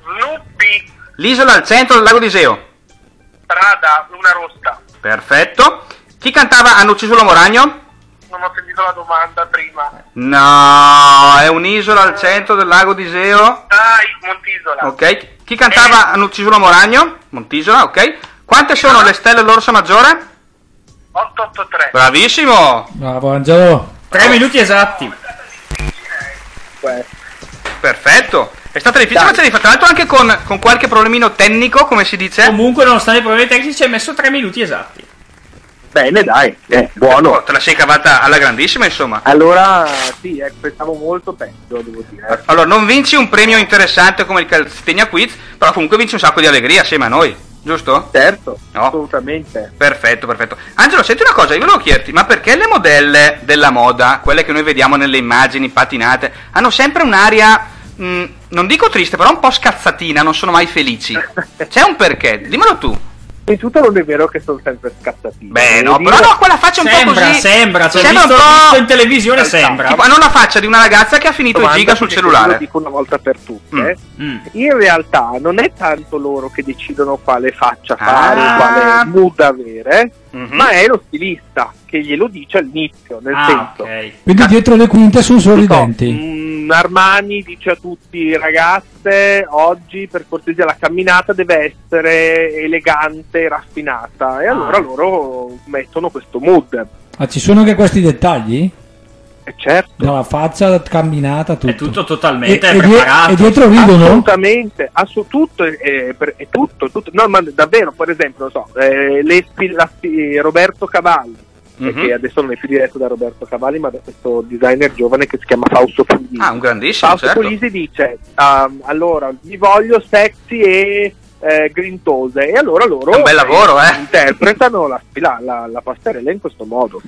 Speaker 11: Snoopy
Speaker 3: L'isola al centro del lago di Iseo.
Speaker 11: Prada Luna Rossa
Speaker 3: Perfetto. Chi cantava Hanno ucciso l'uomo ragno?
Speaker 11: non ho sentito la domanda prima
Speaker 3: No, è un'isola al centro del lago di Iseo.
Speaker 11: dai Montisola
Speaker 3: Ok. Chi
Speaker 7: Eh.
Speaker 3: cantava Hanno ucciso l'uomo ragno? Montisola, ok. Quante
Speaker 7: Ah.
Speaker 3: sono le stelle dell'orsa maggiore?
Speaker 11: 883
Speaker 3: Bravissimo.
Speaker 8: Bravo Angelo.
Speaker 5: Tre minuti esatti.
Speaker 3: Perfetto. È stata difficile, ma ce l'hai fatta. Tra l'altro anche con, con qualche problemino tecnico, come si dice.
Speaker 5: Comunque, nonostante i problemi tecnici, ci hai messo tre minuti esatti.
Speaker 7: Bene, dai, eh, buono.
Speaker 3: Oh, te la sei cavata alla grandissima, insomma.
Speaker 7: Allora, sì, eh, pensavo molto peggio, devo dire.
Speaker 3: Allora, non vinci un premio interessante come il Calstegna Quiz, però comunque vinci un sacco di allegria assieme a noi, giusto?
Speaker 7: Certo,
Speaker 3: No.
Speaker 7: assolutamente.
Speaker 3: Perfetto, perfetto. Angelo, senti una cosa, io volevo chiederti, ma perché le modelle della moda, quelle che noi vediamo nelle immagini patinate, hanno sempre un'aria, mm, mh, non dico triste, però un po' scazzatina, non sono mai felici? C'è un perché, dimmelo tu.
Speaker 7: Innanzitutto non è vero che sono sempre scazzatini.
Speaker 3: Beh,
Speaker 7: Devo
Speaker 3: no,
Speaker 7: dire-
Speaker 3: però no, quella faccia un po'
Speaker 5: Sembra,
Speaker 3: così...
Speaker 5: sembra. Cioè,
Speaker 3: sembra
Speaker 5: visto,
Speaker 3: un po'...
Speaker 5: visto in televisione,
Speaker 7: Esatto.
Speaker 5: sembra.
Speaker 3: tipo, hanno la faccia di una ragazza che ha finito i
Speaker 7: domanda
Speaker 3: giga sul
Speaker 7: perché Lo
Speaker 3: cellulare.
Speaker 7: dico una volta per tutte. eh.
Speaker 5: Mm.
Speaker 7: In realtà non è tanto loro che decidono quale faccia fare,
Speaker 3: Ah.
Speaker 7: quale mood avere,
Speaker 3: Mhm.
Speaker 7: ma è lo stilista che glielo dice all'inizio, nel
Speaker 5: Ah,
Speaker 7: senso.
Speaker 5: ok.
Speaker 8: Quindi dietro le quinte sono solo i
Speaker 7: non so,
Speaker 8: denti.
Speaker 7: mm, Armani dice a tutti ragazze oggi per cortesia la camminata deve essere elegante e raffinata e
Speaker 5: Ah.
Speaker 7: allora loro mettono questo mood
Speaker 8: Ah, ci sono anche questi dettagli?
Speaker 3: Eh,
Speaker 7: e certo
Speaker 8: Dalla faccia, la camminata, tutto.
Speaker 5: È tutto totalmente
Speaker 8: e, e die-
Speaker 5: preparato.
Speaker 8: e dietro ridono?
Speaker 7: Assolutamente, assu- tutto, è- è per- è tutto, tutto. No, ma davvero, per esempio, non so, eh, le spi- la spi- Roberto Cavalli, eh,
Speaker 3: Mhm.
Speaker 7: che adesso non è più diretto da Roberto Cavalli, ma da questo designer giovane che si chiama Fausto Puglisi.
Speaker 3: Ah, un grandissimo,
Speaker 7: Fausto
Speaker 3: certo.
Speaker 7: Puglisi dice, ehm, allora, vi voglio sexy e eh, grintose, e allora loro
Speaker 3: È un bel lavoro, eh.
Speaker 7: interpretano la, la, la- la passerella in questo modo.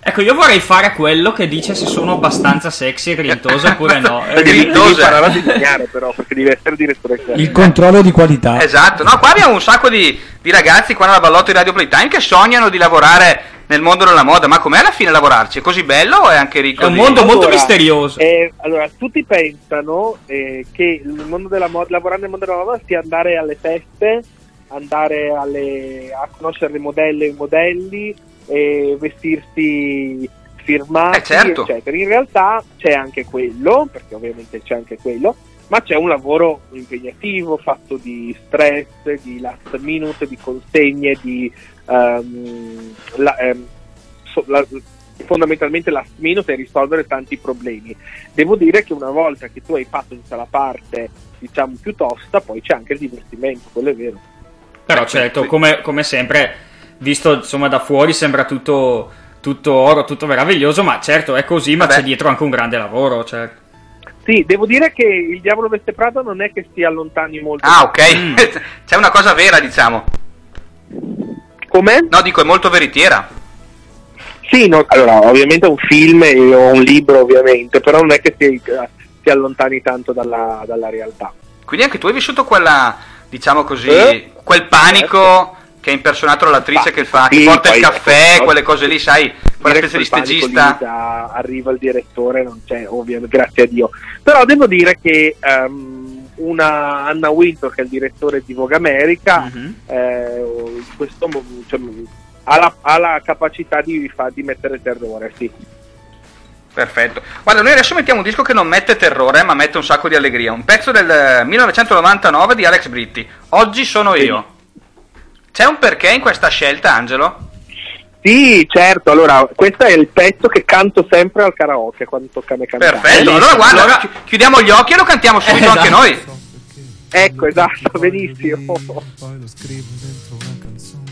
Speaker 5: Ecco, io vorrei fare quello che dice se sono abbastanza sexy e grintoso oppure no.
Speaker 3: È grintoso.
Speaker 7: Devi imparare a disegnare, però, perché devi essere direttore creativo.
Speaker 8: Il controllo di qualità.
Speaker 3: Esatto, no, qua abbiamo un sacco di, di ragazzi qua nella ballotta di Radio Playtime che sognano di lavorare nel mondo della moda, ma com'è alla fine lavorarci? È così bello o è anche ricco?
Speaker 5: È un mondo
Speaker 3: di-
Speaker 5: molto misterioso.
Speaker 7: Eh, allora, tutti pensano eh, che il mondo della moda, lavorare nel mondo della moda sia andare alle feste, andare alle- a conoscere le modelle e i modelli, eh, vestirsi firmati,
Speaker 3: Eh, certo.
Speaker 7: eccetera. In realtà c'è anche quello, perché ovviamente c'è anche quello, ma c'è un lavoro impegnativo fatto di stress, di last minute, di consegne, di ehm, la- ehm, so- la- fondamentalmente last minute e risolvere tanti problemi. Devo dire che una volta che tu hai fatto tutta la parte diciamo più tosta, poi c'è anche il divertimento, quello è vero.
Speaker 5: Però
Speaker 3: Ecco,
Speaker 5: certo, come, come sempre, visto insomma da fuori sembra tutto, tutto oro, tutto meraviglioso, ma certo è così, ma c'è dietro anche un grande lavoro. Certo.
Speaker 7: Sì, devo dire che il diavolo veste Prada non è che si allontani molto.
Speaker 3: Ah,
Speaker 5: Mm.
Speaker 3: ok. C'è una cosa vera, diciamo.
Speaker 7: Come?
Speaker 3: No, dico, è molto veritiera.
Speaker 7: Sì, no, allora, ovviamente è un film e- o un libro, ovviamente, però non è che si, si allontani tanto dalla, dalla realtà.
Speaker 3: Quindi anche tu hai vissuto quella, diciamo così,
Speaker 7: Eh?
Speaker 3: quel panico che ha impersonato l'attrice che fa, che
Speaker 7: sì,
Speaker 3: porta il
Speaker 7: poi-
Speaker 3: caffè,
Speaker 7: poi-
Speaker 3: quelle cose lì, sai, quella specie di
Speaker 7: Direi che quel
Speaker 3: stagista.
Speaker 7: panico lì da- Arriva il direttore, non c'è, ovviamente, grazie a Dio. Però devo dire che ehm, una Anna Wintour, che è il direttore di Vogue America,
Speaker 3: Mhm.
Speaker 7: eh, in questo mo- cioè, ha, la, ha la capacità di, fa- di mettere terrore, sì.
Speaker 3: Perfetto. Guarda, noi adesso mettiamo un disco che non mette terrore, eh, ma mette un sacco di allegria. Un pezzo del eh, 1999 di Alex Britti. Oggi sono io. C'è un perché in questa scelta, Angelo?
Speaker 7: Sì, certo, allora, questo è il pezzo che canto sempre al karaoke quando tocca a me cantare.
Speaker 3: Perfetto. Allora, guarda, chi- chiudiamo gli occhi e lo cantiamo subito anche noi.
Speaker 7: Ecco, esatto, benissimo.
Speaker 1: Poi lo scrivo dentro una canzone.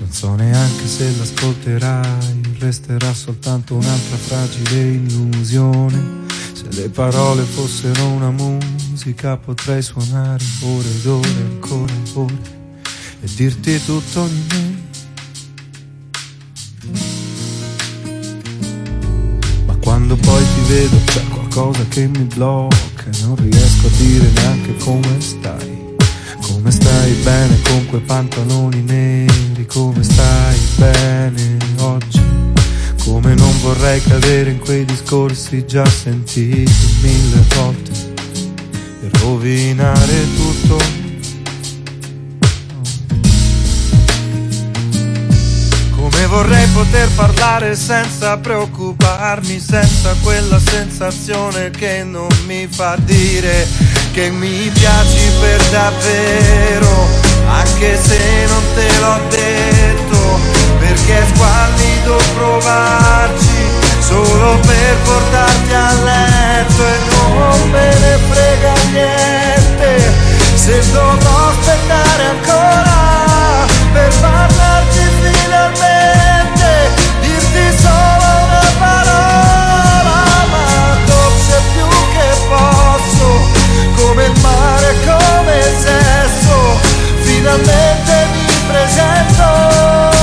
Speaker 1: Non so neanche se l'ascolterai, resterà soltanto un'altra fragile illusione. Se le parole fossero una musica potrei suonare ore ed ore, ancora ore, e dirti tutto ogni me. Ma quando poi ti vedo c'è qualcosa che mi blocca, e non riesco a dire neanche come stai. Come stai bene con quei pantaloni neri? Come stai bene oggi? Come non vorrei cadere in quei discorsi già sentiti mille volte e rovinare tutto. Come vorrei poter parlare senza preoccuparmi, senza quella sensazione che non mi fa dire che mi piaci per davvero, anche se non te l'ho detto, perché è squallido provarci solo per portarti a letto e non me ne frega niente se dovrò aspettare ancora per parlarti finalmente, dirti solo una parola, ma dolce più che posso, come il mare, come il sesso, finalmente mi presento.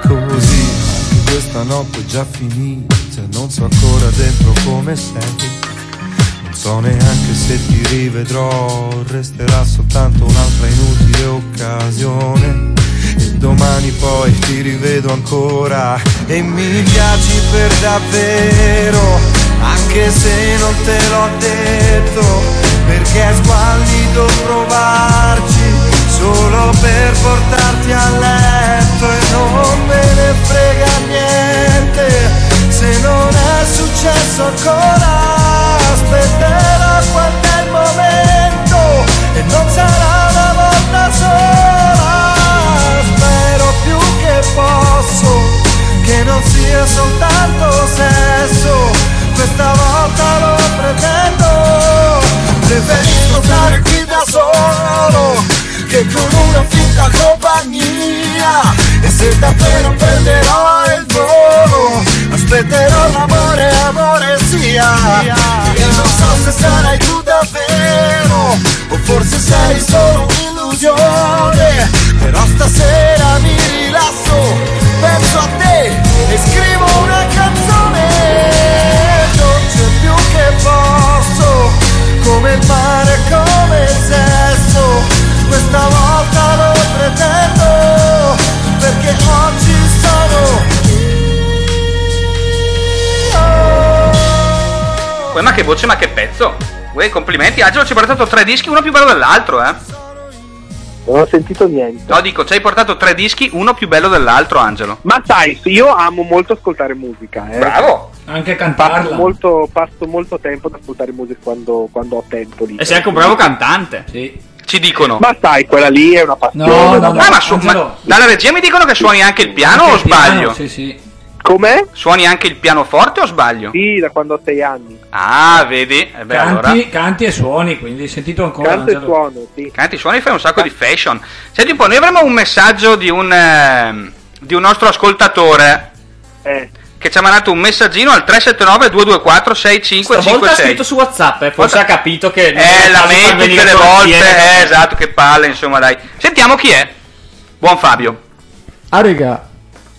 Speaker 1: così anche questa notte è già finita non so ancora dentro come stai non so neanche se ti rivedrò resterà soltanto un'altra inutile occasione e domani poi ti rivedo ancora e mi piaci per davvero anche se non te l'ho detto perché è squallido provarci solo per portarti a letto e non me ne frega niente se non è successo ancora aspetterò quando è il momento e non sarà una volta sola spero più che posso che non sia soltanto sesso questa volta lo pretendo preferisco stare qui da solo che con una finta compagnia e se davvero prenderò il volo aspetterò l'amore amore sia e non so se sarai tu davvero o forse sei solo un'illusione però stasera mi rilasso penso a te e scrivo una canzone dolce più che posso come il mare come il sesso
Speaker 3: Uè, ma che voce, ma che pezzo. Uè, complimenti. Angelo ci ha portato tre dischi, uno più bello dell'altro, eh.
Speaker 7: Non ho sentito niente.
Speaker 3: No, dico, ci hai portato tre dischi, uno più bello dell'altro, Angelo.
Speaker 7: Ma sai, io amo molto ascoltare musica. Eh.
Speaker 3: Bravo!
Speaker 8: Anche
Speaker 7: Passo
Speaker 8: cantarla.
Speaker 7: molto, passo molto tempo ad ascoltare musica quando, quando ho tempo lì.
Speaker 5: E sei anche un bravo cantante. Sì.
Speaker 3: Ci dicono.
Speaker 7: Ma sai, quella lì è una passione.
Speaker 8: No, no,
Speaker 7: ma-
Speaker 8: no.
Speaker 3: Ah, ma, su- ma-
Speaker 8: Angelo.
Speaker 3: dalla regia mi dicono che suoni anche il piano o sbaglio?
Speaker 8: Piano, sì, sì.
Speaker 7: Com'è?
Speaker 3: Suoni anche il pianoforte o sbaglio?
Speaker 7: Sì, da quando ho sei anni.
Speaker 3: Ah, vedi? Eh beh,
Speaker 8: Canti,
Speaker 3: allora.
Speaker 8: canti e suoni, quindi hai sentito ancora.
Speaker 7: Canto e
Speaker 8: Angelo.
Speaker 7: suono, sì.
Speaker 3: Canti, suoni, fai un sacco di fashion. Senti un po', noi avremo un messaggio di un, ehm, di un nostro ascoltatore
Speaker 7: Eh,
Speaker 3: che ci ha mandato un messaggino al 379 224
Speaker 5: Stavolta ha scritto
Speaker 3: 6556
Speaker 5: su WhatsApp, eh, forse
Speaker 3: Volta-
Speaker 5: ha capito che.
Speaker 3: Eh, la mail tutte le volte, eh, esatto, che palle, insomma, dai. Sentiamo chi è. Buon Fabio.
Speaker 4: Ah, raga,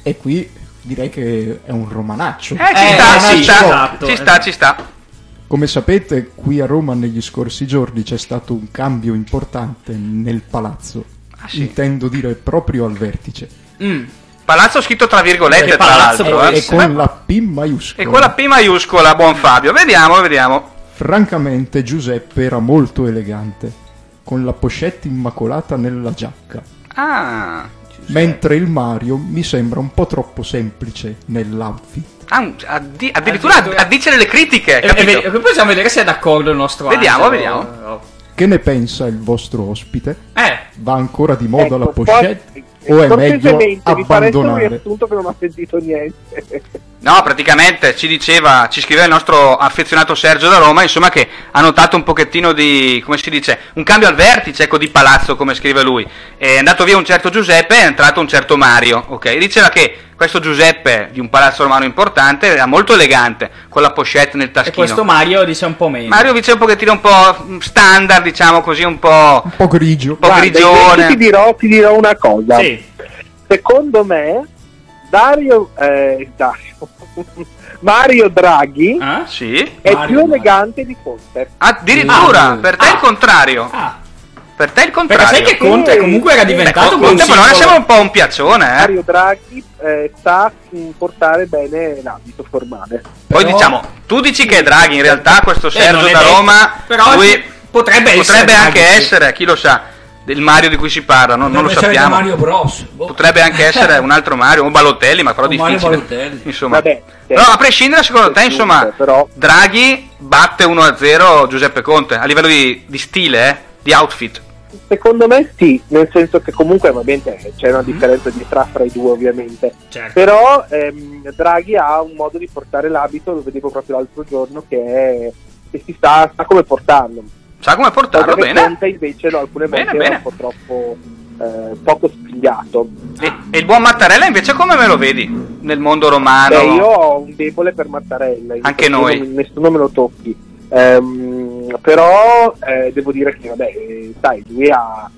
Speaker 4: e qui direi che è un romanaccio.
Speaker 3: Eh, ci
Speaker 5: Eh,
Speaker 3: sta,
Speaker 5: sì,
Speaker 3: ci sta,
Speaker 5: esatto,
Speaker 3: ci sta,
Speaker 5: esatto.
Speaker 3: ci sta.
Speaker 4: Come sapete, qui a Roma negli scorsi giorni c'è stato un cambio importante nel palazzo.
Speaker 3: Ah, sì.
Speaker 4: Intendo dire proprio al vertice.
Speaker 3: Mm. Palazzo scritto tra virgolette,
Speaker 5: Che
Speaker 3: tra
Speaker 5: palazzo
Speaker 3: l'altro.
Speaker 5: può
Speaker 3: eh.
Speaker 4: E con la P maiuscola.
Speaker 3: E con la P maiuscola, buon Fabio. Vediamo, vediamo.
Speaker 4: Francamente Giuseppe era molto elegante, con la pochette immacolata nella giacca,
Speaker 3: Ah,
Speaker 4: mentre il Mario mi sembra un po' troppo semplice nell'outfit.
Speaker 3: ah, un- addi- addirittura a, a dicere le critiche,
Speaker 5: E, e
Speaker 3: capito?
Speaker 5: Eh, vedi- e possiamo vedere se è d'accordo il nostro
Speaker 3: Vediamo,
Speaker 5: Angelo. Oh,
Speaker 4: Che ne pensa il vostro ospite?
Speaker 5: Eh,
Speaker 4: Va ancora di moda
Speaker 7: ecco,
Speaker 4: la pochette
Speaker 7: poi-
Speaker 4: o è meglio
Speaker 7: cortesemente, mi farete un
Speaker 4: abbandonare?
Speaker 7: riassunto che non ho sentito niente.
Speaker 3: No, praticamente ci diceva, ci scriveva il nostro affezionato Sergio da Roma, insomma che ha notato un pochettino di, come si dice, un cambio al vertice, ecco, di palazzo, come scrive lui. È andato via un certo Giuseppe, è entrato un certo Mario, ok? Diceva che questo Giuseppe di un palazzo romano importante era molto elegante, con la pochette nel
Speaker 5: e
Speaker 3: taschino.
Speaker 5: questo Mario dice un po' meno.
Speaker 3: Mario dice un pochettino un po'
Speaker 5: Mm,
Speaker 3: standard, diciamo così, un po'...
Speaker 4: Un po' grigio.
Speaker 3: Un po'
Speaker 7: Guarda, invece
Speaker 3: grigione.
Speaker 7: ti dirò, ti dirò una cosa.
Speaker 5: Sì.
Speaker 7: Secondo me, Dario, eh, Dario. Mario Draghi
Speaker 5: Ah?
Speaker 3: Sì.
Speaker 7: è
Speaker 8: Mario
Speaker 7: più
Speaker 8: Draghi.
Speaker 7: elegante di Conte.
Speaker 3: Addirittura,
Speaker 5: Ah.
Speaker 3: per te è il contrario.
Speaker 5: Ah,
Speaker 3: Per te è il
Speaker 5: perché
Speaker 3: contrario.
Speaker 5: sai che Conte
Speaker 7: Sì.
Speaker 5: comunque era
Speaker 3: Beh,
Speaker 5: diventato
Speaker 3: con
Speaker 5: un po' un
Speaker 3: Conte però ora
Speaker 5: simbolo.
Speaker 3: sembra un po' un piaccione, eh.
Speaker 7: Mario Draghi eh, sa mm, portare bene l'abito formale.
Speaker 3: Poi
Speaker 4: Però-
Speaker 3: diciamo, tu dici che è Draghi, in realtà questo
Speaker 5: Eh, non
Speaker 3: Sergio
Speaker 5: è
Speaker 3: da
Speaker 5: detto.
Speaker 3: Roma
Speaker 5: Però
Speaker 3: lui
Speaker 5: sì, potrebbe essere
Speaker 3: potrebbe anche
Speaker 5: Draghi, sì.
Speaker 3: essere, chi lo sa, il Mario di cui si parla, non, non lo
Speaker 8: Potrebbe essere da
Speaker 3: sappiamo.
Speaker 8: Mario Bros. Boh.
Speaker 3: Potrebbe anche essere un altro Mario, un Balotelli, ma però
Speaker 8: Un Mario
Speaker 3: difficile.
Speaker 8: Balotelli.
Speaker 3: Insomma.
Speaker 7: Vabbè, sì.
Speaker 3: Però a prescindere, secondo te,
Speaker 7: Sì,
Speaker 3: insomma,
Speaker 7: però-
Speaker 3: Draghi batte 1-0 Giuseppe Conte a livello di, di stile, eh, di outfit.
Speaker 7: Secondo me sì, nel senso che comunque ovviamente c'è
Speaker 3: Mm-hmm.
Speaker 7: una differenza di età fra i due ovviamente,
Speaker 5: Certo.
Speaker 7: però ehm, Draghi ha un modo di portare l'abito, lo vedevo proprio l'altro giorno, che, è, che si sa, sa come portarlo.
Speaker 3: Sa come portarlo
Speaker 7: Cosa che
Speaker 3: bene.
Speaker 7: Conte invece no, alcune
Speaker 3: Bene,
Speaker 7: volte
Speaker 3: bene.
Speaker 7: era un po' troppo eh, poco spigliato.
Speaker 3: E, e il buon Mattarella invece come me lo vedi nel mondo romano?
Speaker 7: Beh, io ho un debole per Mattarella. io
Speaker 3: Anche
Speaker 7: non-
Speaker 3: noi.
Speaker 7: Nessuno me lo tocchi. Ehm, però eh, devo dire che, vabbè, eh, sai, lui ha,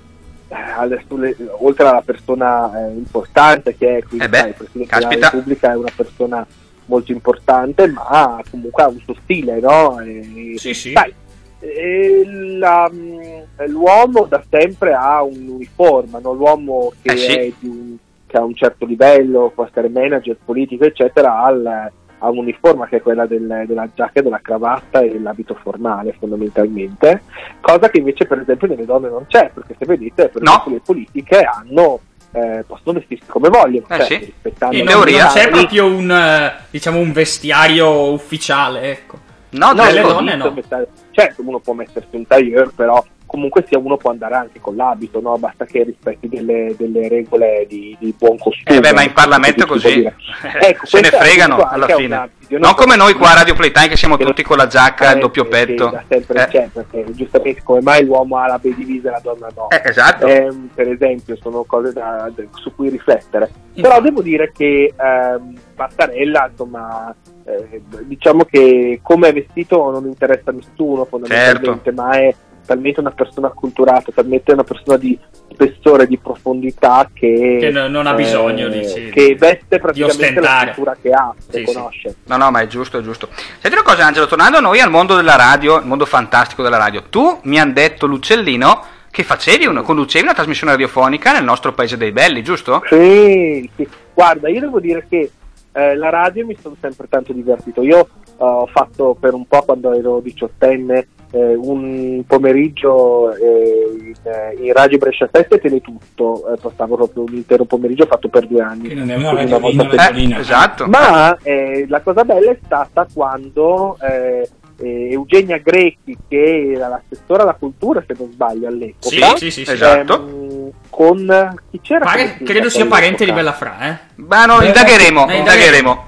Speaker 7: ha le- sulle- oltre alla persona eh, importante che è, quindi
Speaker 3: Eh beh,
Speaker 7: sai, il Presidente
Speaker 3: caspita.
Speaker 7: della Repubblica è una persona molto importante, ma comunque ha un suo stile, no? E-
Speaker 5: Sì, sì.
Speaker 7: sai, eh, la- mm, l'uomo da sempre ha un'uniforme, no? l'uomo che
Speaker 3: Eh sì.
Speaker 7: è di un che a un certo livello può essere manager, politico, eccetera, al- ha un'uniforme che è quella del- della giacca, della cravatta e dell'abito formale fondamentalmente, cosa che invece per esempio nelle donne non c'è, perché se vedete per
Speaker 3: No.
Speaker 7: esempio le politiche hanno, eh, possono vestirsi come vogliono,
Speaker 3: Eh
Speaker 7: cioè,
Speaker 3: sì.
Speaker 7: rispettando
Speaker 5: E
Speaker 3: In
Speaker 7: i
Speaker 5: non-
Speaker 3: teoria.
Speaker 5: non
Speaker 3: certo.
Speaker 5: c'è
Speaker 7: canoni.
Speaker 5: proprio un eh, diciamo un vestiario ufficiale, ecco.
Speaker 3: No,
Speaker 7: No,
Speaker 5: delle
Speaker 3: Draghi-
Speaker 7: certo,
Speaker 5: donne no.
Speaker 7: mettere- Certo, uno può mettersi un tailleur, però comunque sia uno può andare anche con l'abito, no? basta che rispetti delle, delle regole di, di buon costume.
Speaker 3: Eh beh, ma in Parlamento è
Speaker 7: Come si può
Speaker 3: così.
Speaker 7: dire. Ecco,
Speaker 3: se ne
Speaker 7: questa è
Speaker 3: fregano
Speaker 7: comunque
Speaker 3: alla
Speaker 7: anche
Speaker 3: fine.
Speaker 7: una- io
Speaker 3: non come noi qua a Radio Playtime che siamo
Speaker 7: che-
Speaker 3: tutti con la giacca, il doppio
Speaker 7: che-
Speaker 3: petto.
Speaker 7: che da sempre
Speaker 3: Eh,
Speaker 7: c'è, perché giustamente come mai l'uomo ha la B divisa e la donna no.
Speaker 3: eh, esatto.
Speaker 7: Ehm, per esempio, sono cose da- da- su cui riflettere.
Speaker 5: Mm.
Speaker 7: Però devo dire che ehm, Mattarella, insomma, eh, diciamo che come è vestito non interessa a nessuno fondamentalmente,
Speaker 5: Certo.
Speaker 7: ma è talmente una persona acculturata, talmente una persona di spessore, di profondità che, eh,
Speaker 5: Che no- non ha bisogno di- sì, di-
Speaker 7: che veste
Speaker 5: di
Speaker 7: praticamente la
Speaker 5: ostentare.
Speaker 7: cultura che ha, cioè. che
Speaker 5: Sì, sì.
Speaker 7: conosce.
Speaker 3: No, no, ma è giusto, è giusto. Senti una cosa, Angelo, tornando noi al mondo della radio, il mondo fantastico della radio. Tu mi hanno detto, Lucellino, che facevi una, conducevi una trasmissione radiofonica nel nostro paese dei belli, giusto?
Speaker 7: Sì, sì. guarda, io devo dire che eh, la radio mi sono sempre tanto divertito. Io ho fatto per un po' quando ero diciottenne eh, un pomeriggio eh, in, in Radio Brescia Fest e Teletutto, eh, passavo proprio un intero pomeriggio fatto per due anni.
Speaker 8: Che non è una radiolina,
Speaker 7: volta
Speaker 8: radiolina.
Speaker 7: settimana.
Speaker 3: esatto.
Speaker 5: Certo.
Speaker 7: Ma eh, la cosa bella è stata quando eh, eh, Eugenia Grecchi, che era l'assessora alla cultura, se non sbaglio, all'epoca,
Speaker 5: Sì, sì, sì, sì.
Speaker 7: ehm,
Speaker 5: Esatto.
Speaker 7: con eh, chi c'era?
Speaker 5: Pare-
Speaker 7: come si
Speaker 5: credo
Speaker 7: chiama
Speaker 5: sia parente di
Speaker 7: all'epoca?
Speaker 5: Bella Fra, eh.
Speaker 3: Ma no,
Speaker 7: Eh,
Speaker 3: indagheremo,
Speaker 7: no.
Speaker 3: indagheremo.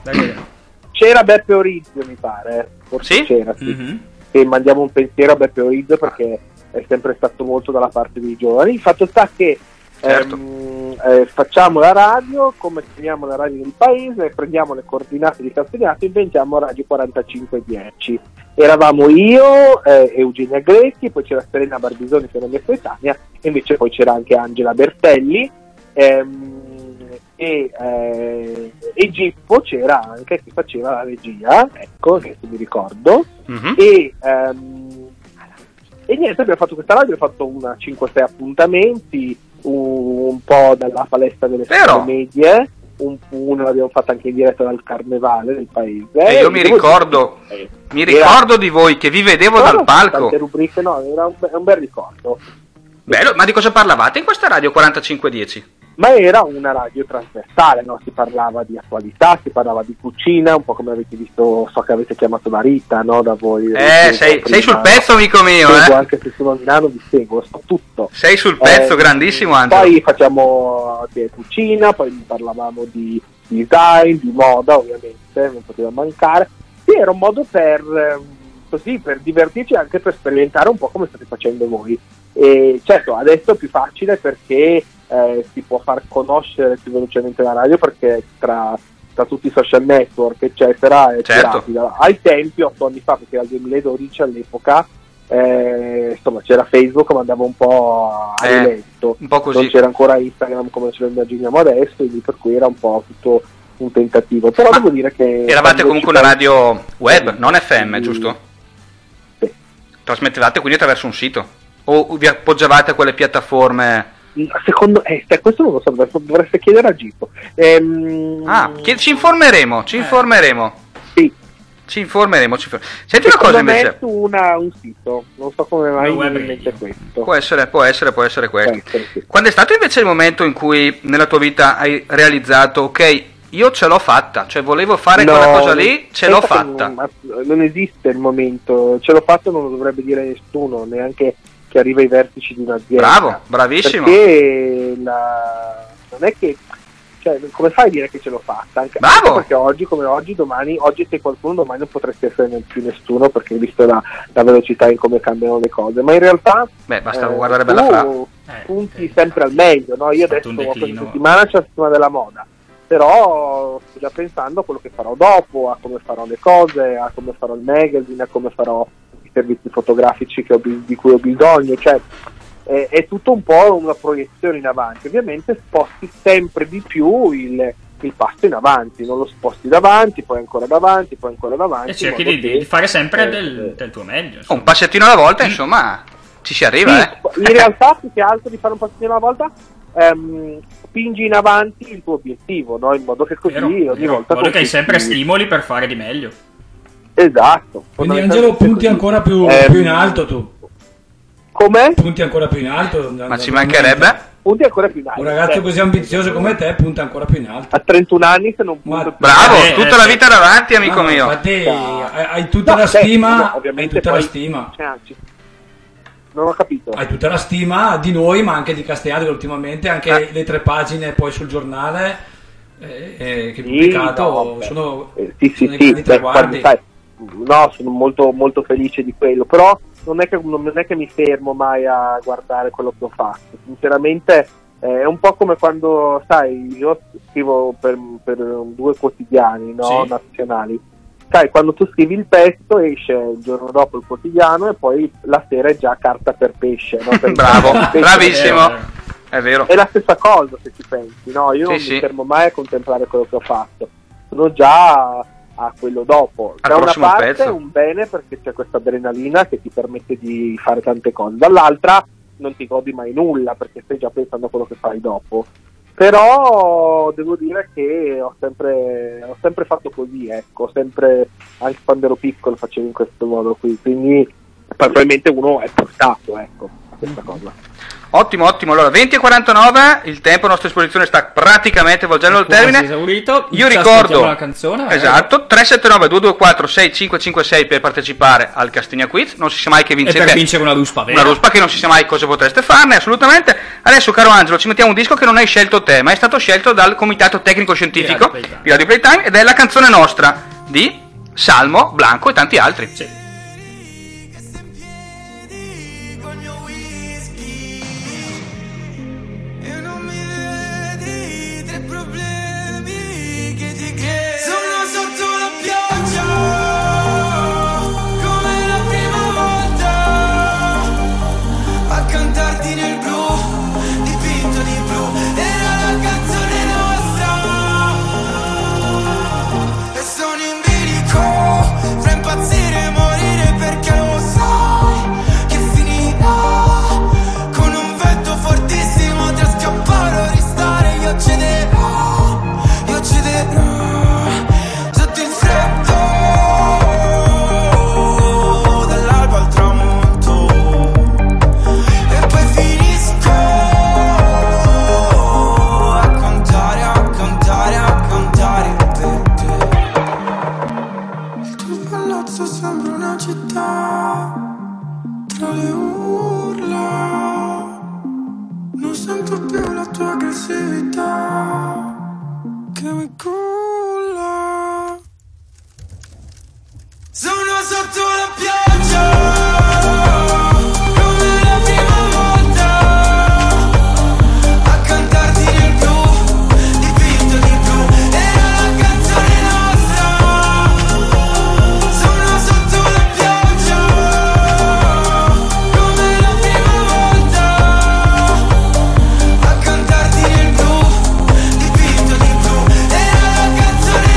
Speaker 7: C'era Beppe Orizio, mi pare. Forse c'era, sì.
Speaker 3: Mhm.
Speaker 7: E mandiamo un pensiero a Beppe Orizio perché è sempre stato molto dalla parte dei giovani. Il fatto sta che
Speaker 3: Certo.
Speaker 7: ehm, eh, facciamo la radio, come chiamiamo la radio del paese, prendiamo le coordinate di Castellato e inventiamo Radio 4510. Eravamo io, eh, Eugenia Grecchi, poi c'era Serena Barbisoni che era mia coetanea, e invece poi c'era anche Angela Bertelli. ehm, e, eh, e Gippo c'era anche che faceva la regia, ecco, adesso mi ricordo.
Speaker 3: Mhm.
Speaker 7: E, ehm, e niente, abbiamo fatto questa radio, abbiamo fatto una 5-6 appuntamenti, un, un po' dalla palestra delle
Speaker 3: Eh,
Speaker 7: scuole medie, un, uno l'abbiamo fatta anche in diretta dal carnevale del paese.
Speaker 3: E io mi
Speaker 7: Devo dire-
Speaker 3: ricordo, mi ricordo di voi che vi vedevo
Speaker 7: Però
Speaker 3: dal
Speaker 7: Eh, tante
Speaker 3: palco.
Speaker 7: rubriche, no, era un, be- un bel ricordo.
Speaker 3: Bello, ma di cosa parlavate in questa radio 4510?
Speaker 7: ma era una radio trasversale, no? si parlava di attualità, si parlava di cucina, un po' come avete visto, so che avete chiamato la Rita no? da voi.
Speaker 3: Eh, sei, sei sul pezzo, amico mio,
Speaker 7: Seguo,
Speaker 3: eh.
Speaker 7: Anche se sono a Milano vi seguo, so tutto.
Speaker 3: Sei sul pezzo,
Speaker 7: Eh,
Speaker 3: grandissimo, Angelo.
Speaker 7: Poi facciamo di cucina, poi parlavamo di design, di moda ovviamente, non poteva mancare. Sì, era un modo per, ehm, così, per divertirci e anche per sperimentare un po' come state facendo voi. E certo, adesso è più facile perché eh, si può far conoscere più velocemente la radio perché tra, tra tutti i social network eccetera è più
Speaker 3: Certo.
Speaker 7: rapida. Ai tempi, otto anni fa, perché era il 2012 all'epoca, eh, insomma c'era Facebook ma andava un po' a
Speaker 3: Eh,
Speaker 7: letto,
Speaker 3: un po' così.
Speaker 7: non c'era ancora Instagram come ce lo immaginiamo adesso, quindi per cui era un po' tutto un tentativo. Però devo dire che...
Speaker 3: Eravate
Speaker 7: quando
Speaker 3: comunque
Speaker 7: ci
Speaker 3: una radio web, non FM, giusto? Trasmettevate quindi attraverso un sito? O vi appoggiavate a quelle piattaforme?
Speaker 7: Secondo eh, sai, questo non lo so, dovreste- dovreste chiedere a Gippo. Ehm, eh.
Speaker 3: Ah, che- ci informeremo, ci informeremo.
Speaker 7: Sì.
Speaker 3: Ci informeremo. Ci inform- Senti una cosa
Speaker 7: secondo me
Speaker 3: invece.
Speaker 7: su una- un sito, non so come mai mi mette questo.
Speaker 3: Può essere, può essere, può essere questo.
Speaker 7: Eh,
Speaker 3: Quando è stato invece il momento in cui nella tua vita hai realizzato, ok, io ce l'ho fatta, cioè volevo fare
Speaker 7: No,
Speaker 3: quella cosa lì, ce l'ho
Speaker 7: pensa che
Speaker 3: fatta.
Speaker 7: Non, ma- non esiste il momento, ce l'ho fatto non lo dovrebbe dire nessuno, neanche chi arriva ai vertici di un'azienda.
Speaker 3: Bravo, bravissimo.
Speaker 7: Perché la- non è che cioè, come fai a dire che ce l'ho fatta? Anche,
Speaker 3: Bravo!
Speaker 7: anche perché oggi come oggi, domani, oggi sei qualcuno, domani non potresti essere ne- più nessuno perché hai visto la, la velocità in come cambiano le cose. Ma in realtà
Speaker 3: Beh, basta
Speaker 7: eh,
Speaker 3: guardare
Speaker 7: tu
Speaker 3: Bella Fra.
Speaker 7: punti sempre al meglio, no? Io adesso ho questa settimana c'è la settimana della moda, però sto già pensando a quello che farò dopo, a come farò le cose, a come farò il magazine, a come farò i servizi fotografici che ho bi- di cui ho bisogno, cioè eh, è tutto un po' una proiezione in avanti. Ovviamente sposti sempre di più il, il passo in avanti, non lo sposti davanti, poi ancora davanti, poi ancora davanti.
Speaker 5: E Eh, cerchi
Speaker 7: in modo
Speaker 5: di,
Speaker 7: che- Eh,
Speaker 5: di fare sempre del, del tuo meglio. insomma.
Speaker 3: Un passettino alla volta, insomma, ci si arriva,
Speaker 7: Sì,
Speaker 3: eh.
Speaker 7: in realtà più che altro di fare un passettino alla volta ehm, spingi in avanti il tuo obiettivo no? in modo che così ogni
Speaker 5: Vero? In
Speaker 7: volta
Speaker 5: modo che hai
Speaker 7: conquisti-
Speaker 5: sempre stimoli per fare di meglio.
Speaker 7: esatto
Speaker 8: Quindi Angelo punti ancora più,
Speaker 7: Ehm,
Speaker 8: più in alto tu.
Speaker 7: Come?
Speaker 8: Punti ancora più in alto.
Speaker 3: Ma ci mancherebbe.
Speaker 7: punti ancora più in alto
Speaker 8: Un ragazzo
Speaker 7: Cioè,
Speaker 8: così ambizioso come te punta ancora più in alto. Eh,
Speaker 7: a 31 anni se non punto più
Speaker 3: Bravo, tutta la vita davanti, amico
Speaker 8: No,
Speaker 3: mio.
Speaker 8: Infatti
Speaker 7: No.
Speaker 8: hai hai tutta
Speaker 7: No,
Speaker 8: la
Speaker 7: beh,
Speaker 8: stima,
Speaker 7: no, ovviamente
Speaker 8: hai tutta la
Speaker 7: poi-
Speaker 8: stima.
Speaker 7: Cioè, anzi, non ho capito.
Speaker 8: Hai tutta la stima di noi, ma anche di Castellato che ultimamente
Speaker 7: Ah.
Speaker 8: anche le tre pagine poi sul giornale eh, eh, che hai
Speaker 7: Sì,
Speaker 8: pubblicato
Speaker 7: no, beh.
Speaker 8: sono,
Speaker 7: Eh, sì, sì,
Speaker 8: sono i
Speaker 7: sì,
Speaker 8: grandi
Speaker 7: beh, guarda,
Speaker 8: traguardi.
Speaker 7: sai, no, sono molto, molto felice di quello, però non è, che, non è che mi fermo mai a guardare quello che ho fatto, sinceramente eh, è un po' come quando, sai, io scrivo per, per due quotidiani no,
Speaker 12: Sì.
Speaker 7: nazionali, sai, quando tu scrivi il testo esce il giorno dopo il quotidiano e poi la sera è già carta per pesce. no? Per-
Speaker 3: Bravo,
Speaker 7: per pesce.
Speaker 3: bravissimo. È vero.
Speaker 7: È la stessa cosa se ci pensi, no? Io
Speaker 3: Sì,
Speaker 7: non
Speaker 3: sì.
Speaker 7: mi fermo mai a contemplare quello che ho fatto, sono già a, a quello dopo.
Speaker 3: Al
Speaker 7: da una
Speaker 3: prossimo
Speaker 7: parte
Speaker 3: pezzo.
Speaker 7: è un bene perché c'è questa adrenalina che ti permette di fare tante cose, dall'altra non ti godi mai nulla perché stai già pensando a quello che fai dopo. Però devo dire che ho sempre, ho sempre fatto così, ecco, sempre, anche quando ero piccolo facevo in questo modo qui, quindi probabilmente uno è portato, ecco, a questa cosa.
Speaker 3: Ottimo, ottimo. Allora, 20 e 49, il tempo a nostra disposizione sta praticamente volgendo al termine.
Speaker 5: Esaurito.
Speaker 3: Io
Speaker 5: Ci
Speaker 3: ricordo,
Speaker 5: ascoltiamo la canzone, eh. magari.
Speaker 3: esatto, 379-224-6556 per partecipare al Castigna Quiz. Non si sa mai che
Speaker 5: E
Speaker 3: vincete.
Speaker 5: per vincere una ruspa vera.
Speaker 3: Una ruspa che non si sa mai cosa potreste farne, assolutamente. Adesso, caro Angelo, ci mettiamo un disco che non hai scelto te, ma è stato scelto dal Comitato Tecnico Scientifico di Radio Playtime ed è la canzone nostra di Salmo, Blanco e tanti altri.
Speaker 1: Sono sotto la pioggia Come la prima volta A cantarti nel blu Dipinto di blu Era la canzone nostra E sono in bilico Fra impazzire e morire Perché lo sai Che finirà Con un vento fortissimo Tra scappare o restare Io cederò Io cederò sotto il freddo dall'alba al tramonto e poi finisco a contare, a contare, a contare per te. Il tuo palazzo sembra una città tra le urla, non sento più la tua aggressività che mi culla. Sono sotto la pioggia. come la prima volta a cantarti nel blu, dipinto di blu. Era la canzone nostra. Sono sotto la pioggia. come la prima volta a cantarti nel blu, dipinto di blu. Era la canzone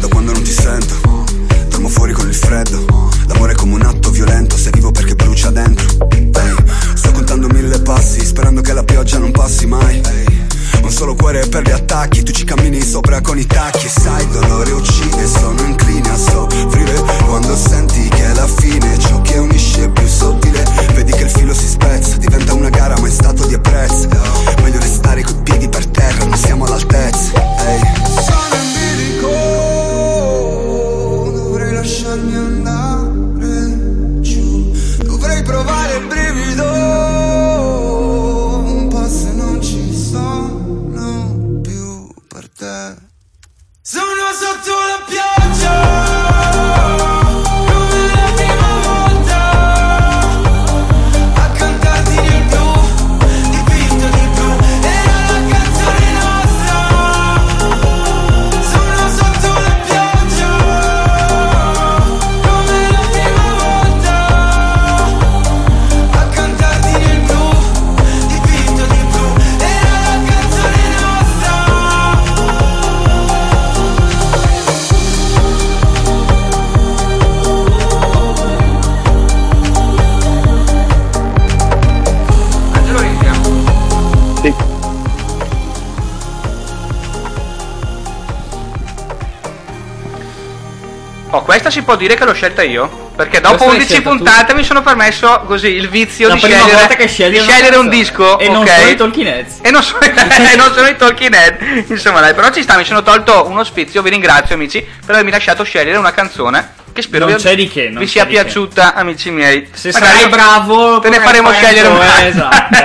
Speaker 12: Da quando non ti sento, dormo fuori con il freddo. L'amore è come un atto violento, sei vivo perché brucia dentro. Ehi, sto contando mille passi, sperando che la pioggia non passi mai. Ehi, un solo cuore per gli attacchi, tu ci cammini sopra con i tacchi. Sai, dolore uccide, sono incline a soffrire. Quando senti che è la fine, ciò che unisce è più sottile. Vedi che il filo si spezza, diventa una gara, ma in stato di ebbrezza. Meglio restare coi piedi per terra, non siamo all'altezza. Ehi.
Speaker 1: Sono in bilico, dovrei lasciarmi andare giù, dovrei provare il brivido, un po' se non ci sono più per te. Sono sotto la pioggia, come la prima volta, a cantarti nel blu, dipinto di blu, era la canzone nostra. Sono sotto la pioggia, come la prima volta, a cantarti nel blu, dipinto di blu, era la canzone nostra.
Speaker 3: Angelo rinchiamo. Oh, questa si può dire che l'ho scelta io. Perché
Speaker 5: Questa
Speaker 3: dopo
Speaker 5: l'hai
Speaker 3: 11
Speaker 5: scelta tu?
Speaker 3: puntate mi sono permesso così il vizio
Speaker 5: La
Speaker 3: di
Speaker 5: prima
Speaker 3: scegliere,
Speaker 5: volta che scegli
Speaker 3: di
Speaker 5: una
Speaker 3: scegliere un
Speaker 5: canzone.
Speaker 3: disco.
Speaker 5: E non
Speaker 3: ok?
Speaker 5: sono i Talking Heads.
Speaker 3: E non sono, e non sono i Talking Head. Insomma, dai, però ci sta, mi sono tolto uno sfizio. Vi ringrazio, amici, per avermi lasciato scegliere una canzone che spero
Speaker 5: Non
Speaker 3: vi,
Speaker 5: c'è di che, non
Speaker 3: vi
Speaker 5: c'è
Speaker 3: sia
Speaker 5: di che.
Speaker 3: piaciuta, amici miei. Se
Speaker 5: sarai bravo,
Speaker 3: te ne
Speaker 5: potrai
Speaker 3: faremo
Speaker 5: fare
Speaker 3: scegliere
Speaker 5: un po',
Speaker 3: una.
Speaker 5: eh, esatto.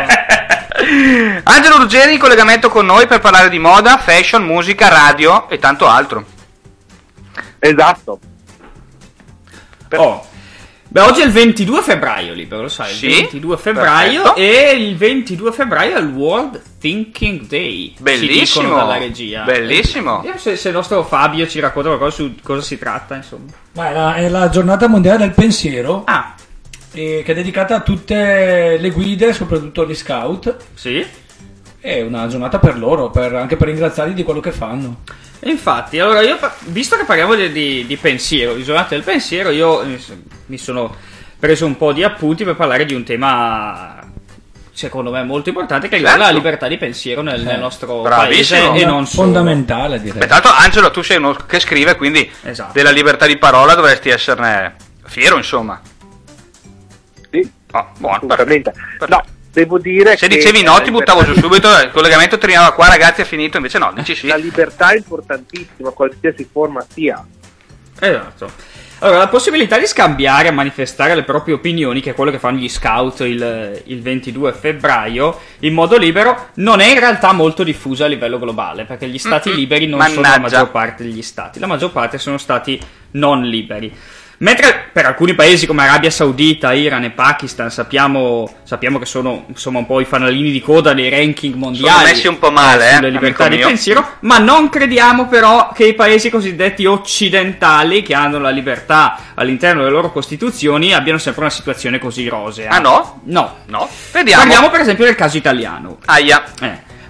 Speaker 3: Angelo Ruggeri in collegamento con noi per parlare di moda, fashion, musica, radio e tanto altro.
Speaker 7: Esatto.
Speaker 5: Oh. Beh, oggi è il 22 febbraio, libero, lo sai.
Speaker 3: Sì,
Speaker 5: il 22 febbraio
Speaker 3: perfetto.
Speaker 5: e il 22 febbraio è il World Thinking Day. ci
Speaker 3: Bellissimo,
Speaker 5: dicono dalla regia.
Speaker 3: bellissimo.
Speaker 5: Vediamo se, se il nostro Fabio ci racconta qualcosa su cosa si tratta, insomma.
Speaker 8: Ma è la, è la giornata mondiale del pensiero e- che è dedicata a tutte le guide, soprattutto gli scout.
Speaker 5: Sì.
Speaker 8: È una giornata per loro, per- anche per ringraziarli di quello che fanno.
Speaker 5: E Infatti, allora io, pa- visto che parliamo di, di- di pensiero, di giornata del pensiero, io eh, mi sono preso un po' di appunti per parlare di un tema secondo me molto importante che riguarda
Speaker 3: Certo.
Speaker 5: la libertà di pensiero nel,
Speaker 3: Eh,
Speaker 5: nel nostro
Speaker 3: Bravissimo.
Speaker 5: paese e non solo.
Speaker 8: fondamentale direi.
Speaker 3: Beh, tanto Esatto, Angelo, tu sei uno che scrive, quindi della libertà di parola dovresti esserne fiero, insomma.
Speaker 7: Sì.
Speaker 3: Oh, buono,
Speaker 7: assolutamente. No, devo dire
Speaker 3: Se
Speaker 7: che eh,
Speaker 3: dicevi no,
Speaker 7: la
Speaker 3: ti buttavo giù
Speaker 7: libertà di-
Speaker 3: subito, il collegamento terminava qua, ragazzi, è finito, invece no, dici sì.
Speaker 7: La libertà è importantissima, qualsiasi forma sia.
Speaker 5: Esatto. Allora, la possibilità di scambiare e manifestare le proprie opinioni, che è quello che fanno gli scout il, il 22 febbraio, in modo libero, non è in realtà molto diffusa a livello globale, perché gli stati
Speaker 3: Mm-mm.
Speaker 5: liberi non sono la
Speaker 3: Mannaggia.
Speaker 5: maggior parte degli stati, la maggior parte sono stati non liberi. Mentre per alcuni paesi come Arabia Saudita, Iran e Pakistan sappiamo, sappiamo che sono insomma un po' i fanalini di coda dei ranking mondiali
Speaker 3: Sono messi un po' male,
Speaker 5: sulle
Speaker 3: eh,
Speaker 5: libertà
Speaker 3: amico
Speaker 5: di
Speaker 3: mio.
Speaker 5: pensiero, ma non crediamo però che i paesi cosiddetti occidentali che hanno la libertà all'interno delle loro costituzioni abbiano sempre una situazione così rosea.
Speaker 3: Ah, no?
Speaker 5: No.
Speaker 3: No, vediamo.
Speaker 5: Parliamo per esempio del caso italiano. Eh.
Speaker 3: Aia.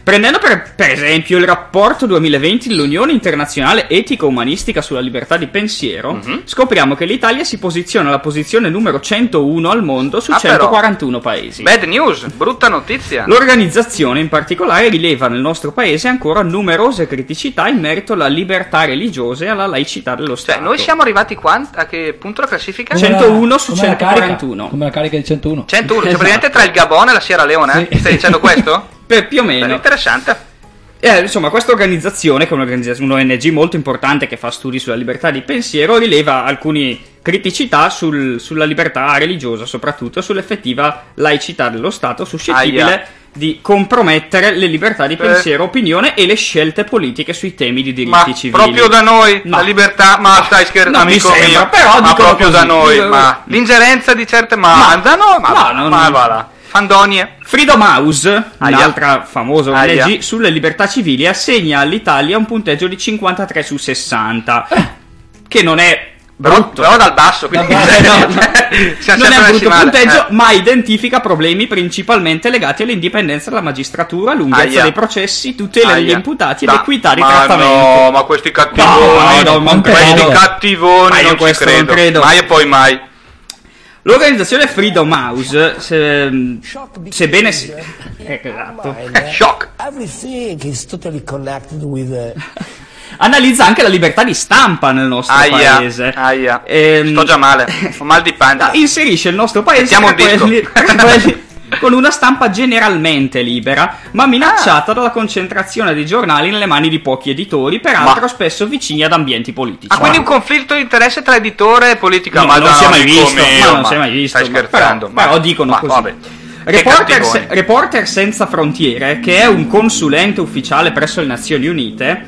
Speaker 5: Prendendo per, per esempio il rapporto 2020 dell'Unione Internazionale Etico-Umanistica sulla libertà di pensiero,
Speaker 3: Mhm.
Speaker 5: scopriamo che l'Italia si posiziona alla posizione numero 101 al mondo su
Speaker 3: Ah, però.
Speaker 5: 141 paesi.
Speaker 3: Bad news, brutta notizia.
Speaker 5: L'organizzazione in particolare rileva nel nostro paese ancora numerose criticità in merito alla libertà religiosa e alla laicità dello Stato.
Speaker 3: Cioè, Noi siamo arrivati qua, a che punto la classifica?
Speaker 5: 101 su
Speaker 8: Come la carica,
Speaker 5: 141.
Speaker 8: come la carica di 101.
Speaker 3: 101, cioè
Speaker 5: Esatto.
Speaker 3: praticamente tra il Gabon e la Sierra Leone, eh? stai dicendo questo?
Speaker 5: Per più o meno.
Speaker 3: interessante.
Speaker 5: Eh, insomma, questa organizzazione, che è un'organizzazione, un'ONG molto importante che fa studi sulla libertà di pensiero, rileva alcune criticità sul- sulla libertà religiosa, soprattutto sull'effettiva laicità dello Stato, suscettibile
Speaker 3: Aia.
Speaker 5: di compromettere le libertà di
Speaker 3: Eh.
Speaker 5: pensiero, opinione e le scelte politiche sui temi di diritti
Speaker 3: Ma
Speaker 5: civili.
Speaker 3: proprio da noi, la libertà, ma stai scherzando,
Speaker 5: non mi
Speaker 3: amico
Speaker 5: sembra,
Speaker 3: mio.
Speaker 5: però
Speaker 3: ma
Speaker 5: dicono
Speaker 3: proprio da
Speaker 5: così.
Speaker 3: noi,
Speaker 5: Eh,
Speaker 3: ma l'ingerenza di certe
Speaker 5: Ma-
Speaker 3: ma, da noi, ma,
Speaker 5: ma
Speaker 3: ma,
Speaker 5: non-
Speaker 3: va là. Fandonie.
Speaker 5: Freedom House,
Speaker 3: Aia.
Speaker 5: un'altra famosa ONG
Speaker 3: Aia.
Speaker 5: sulle libertà civili, assegna all'Italia un punteggio di 53 su 60, che non è brutto.
Speaker 3: Eh. Però dal basso, quindi cioè, no, siamo
Speaker 5: non è
Speaker 3: sempre
Speaker 5: un
Speaker 3: messi
Speaker 5: brutto
Speaker 3: male,
Speaker 5: punteggio,
Speaker 3: eh.
Speaker 5: ma identifica problemi principalmente legati all'indipendenza della magistratura, lunghezza
Speaker 3: Aia.
Speaker 5: dei processi, tutela degli
Speaker 3: Aia.
Speaker 5: imputati e
Speaker 3: Da-
Speaker 5: l'equità di
Speaker 3: ma
Speaker 5: trattamento.
Speaker 3: No, ma questi
Speaker 5: No,
Speaker 3: cattivoni,
Speaker 5: no, ma non
Speaker 3: questi
Speaker 5: credo.
Speaker 3: cattivoni,
Speaker 5: Ma io
Speaker 3: non ci
Speaker 5: questo non
Speaker 3: credo.
Speaker 5: credo.
Speaker 3: Mai e poi mai.
Speaker 5: L'organizzazione Freedom House, se, sebbene si... eh, esatto.
Speaker 3: Shock.
Speaker 13: Everything is totally connected with uh,
Speaker 5: Analizza anche la libertà di stampa nel nostro
Speaker 3: Aia,
Speaker 5: paese. Ehm,
Speaker 3: aia. Sto già male, ho mal di pancia.
Speaker 5: Inserisce il nostro paese
Speaker 3: Mettiamo
Speaker 5: tra
Speaker 3: un disco.
Speaker 5: quelli- tra quelli con una stampa generalmente libera, ma
Speaker 3: Ah.
Speaker 5: minacciata dalla concentrazione dei giornali nelle mani di pochi editori, peraltro spesso vicini ad ambienti politici.
Speaker 3: Ah, quindi un conflitto di interesse tra editore e politica.
Speaker 5: No,
Speaker 3: ma
Speaker 5: non si è mai
Speaker 3: amico
Speaker 5: visto,
Speaker 3: mio,
Speaker 5: ma non si è mai visto,
Speaker 3: Stai
Speaker 5: ma-
Speaker 3: scherzando.
Speaker 5: però- però dicono così.
Speaker 3: Vabbè. Che
Speaker 5: Reporter,
Speaker 3: cattivoni.
Speaker 5: se- Reporter Senza Frontiere, che è un consulente ufficiale presso le Nazioni Unite,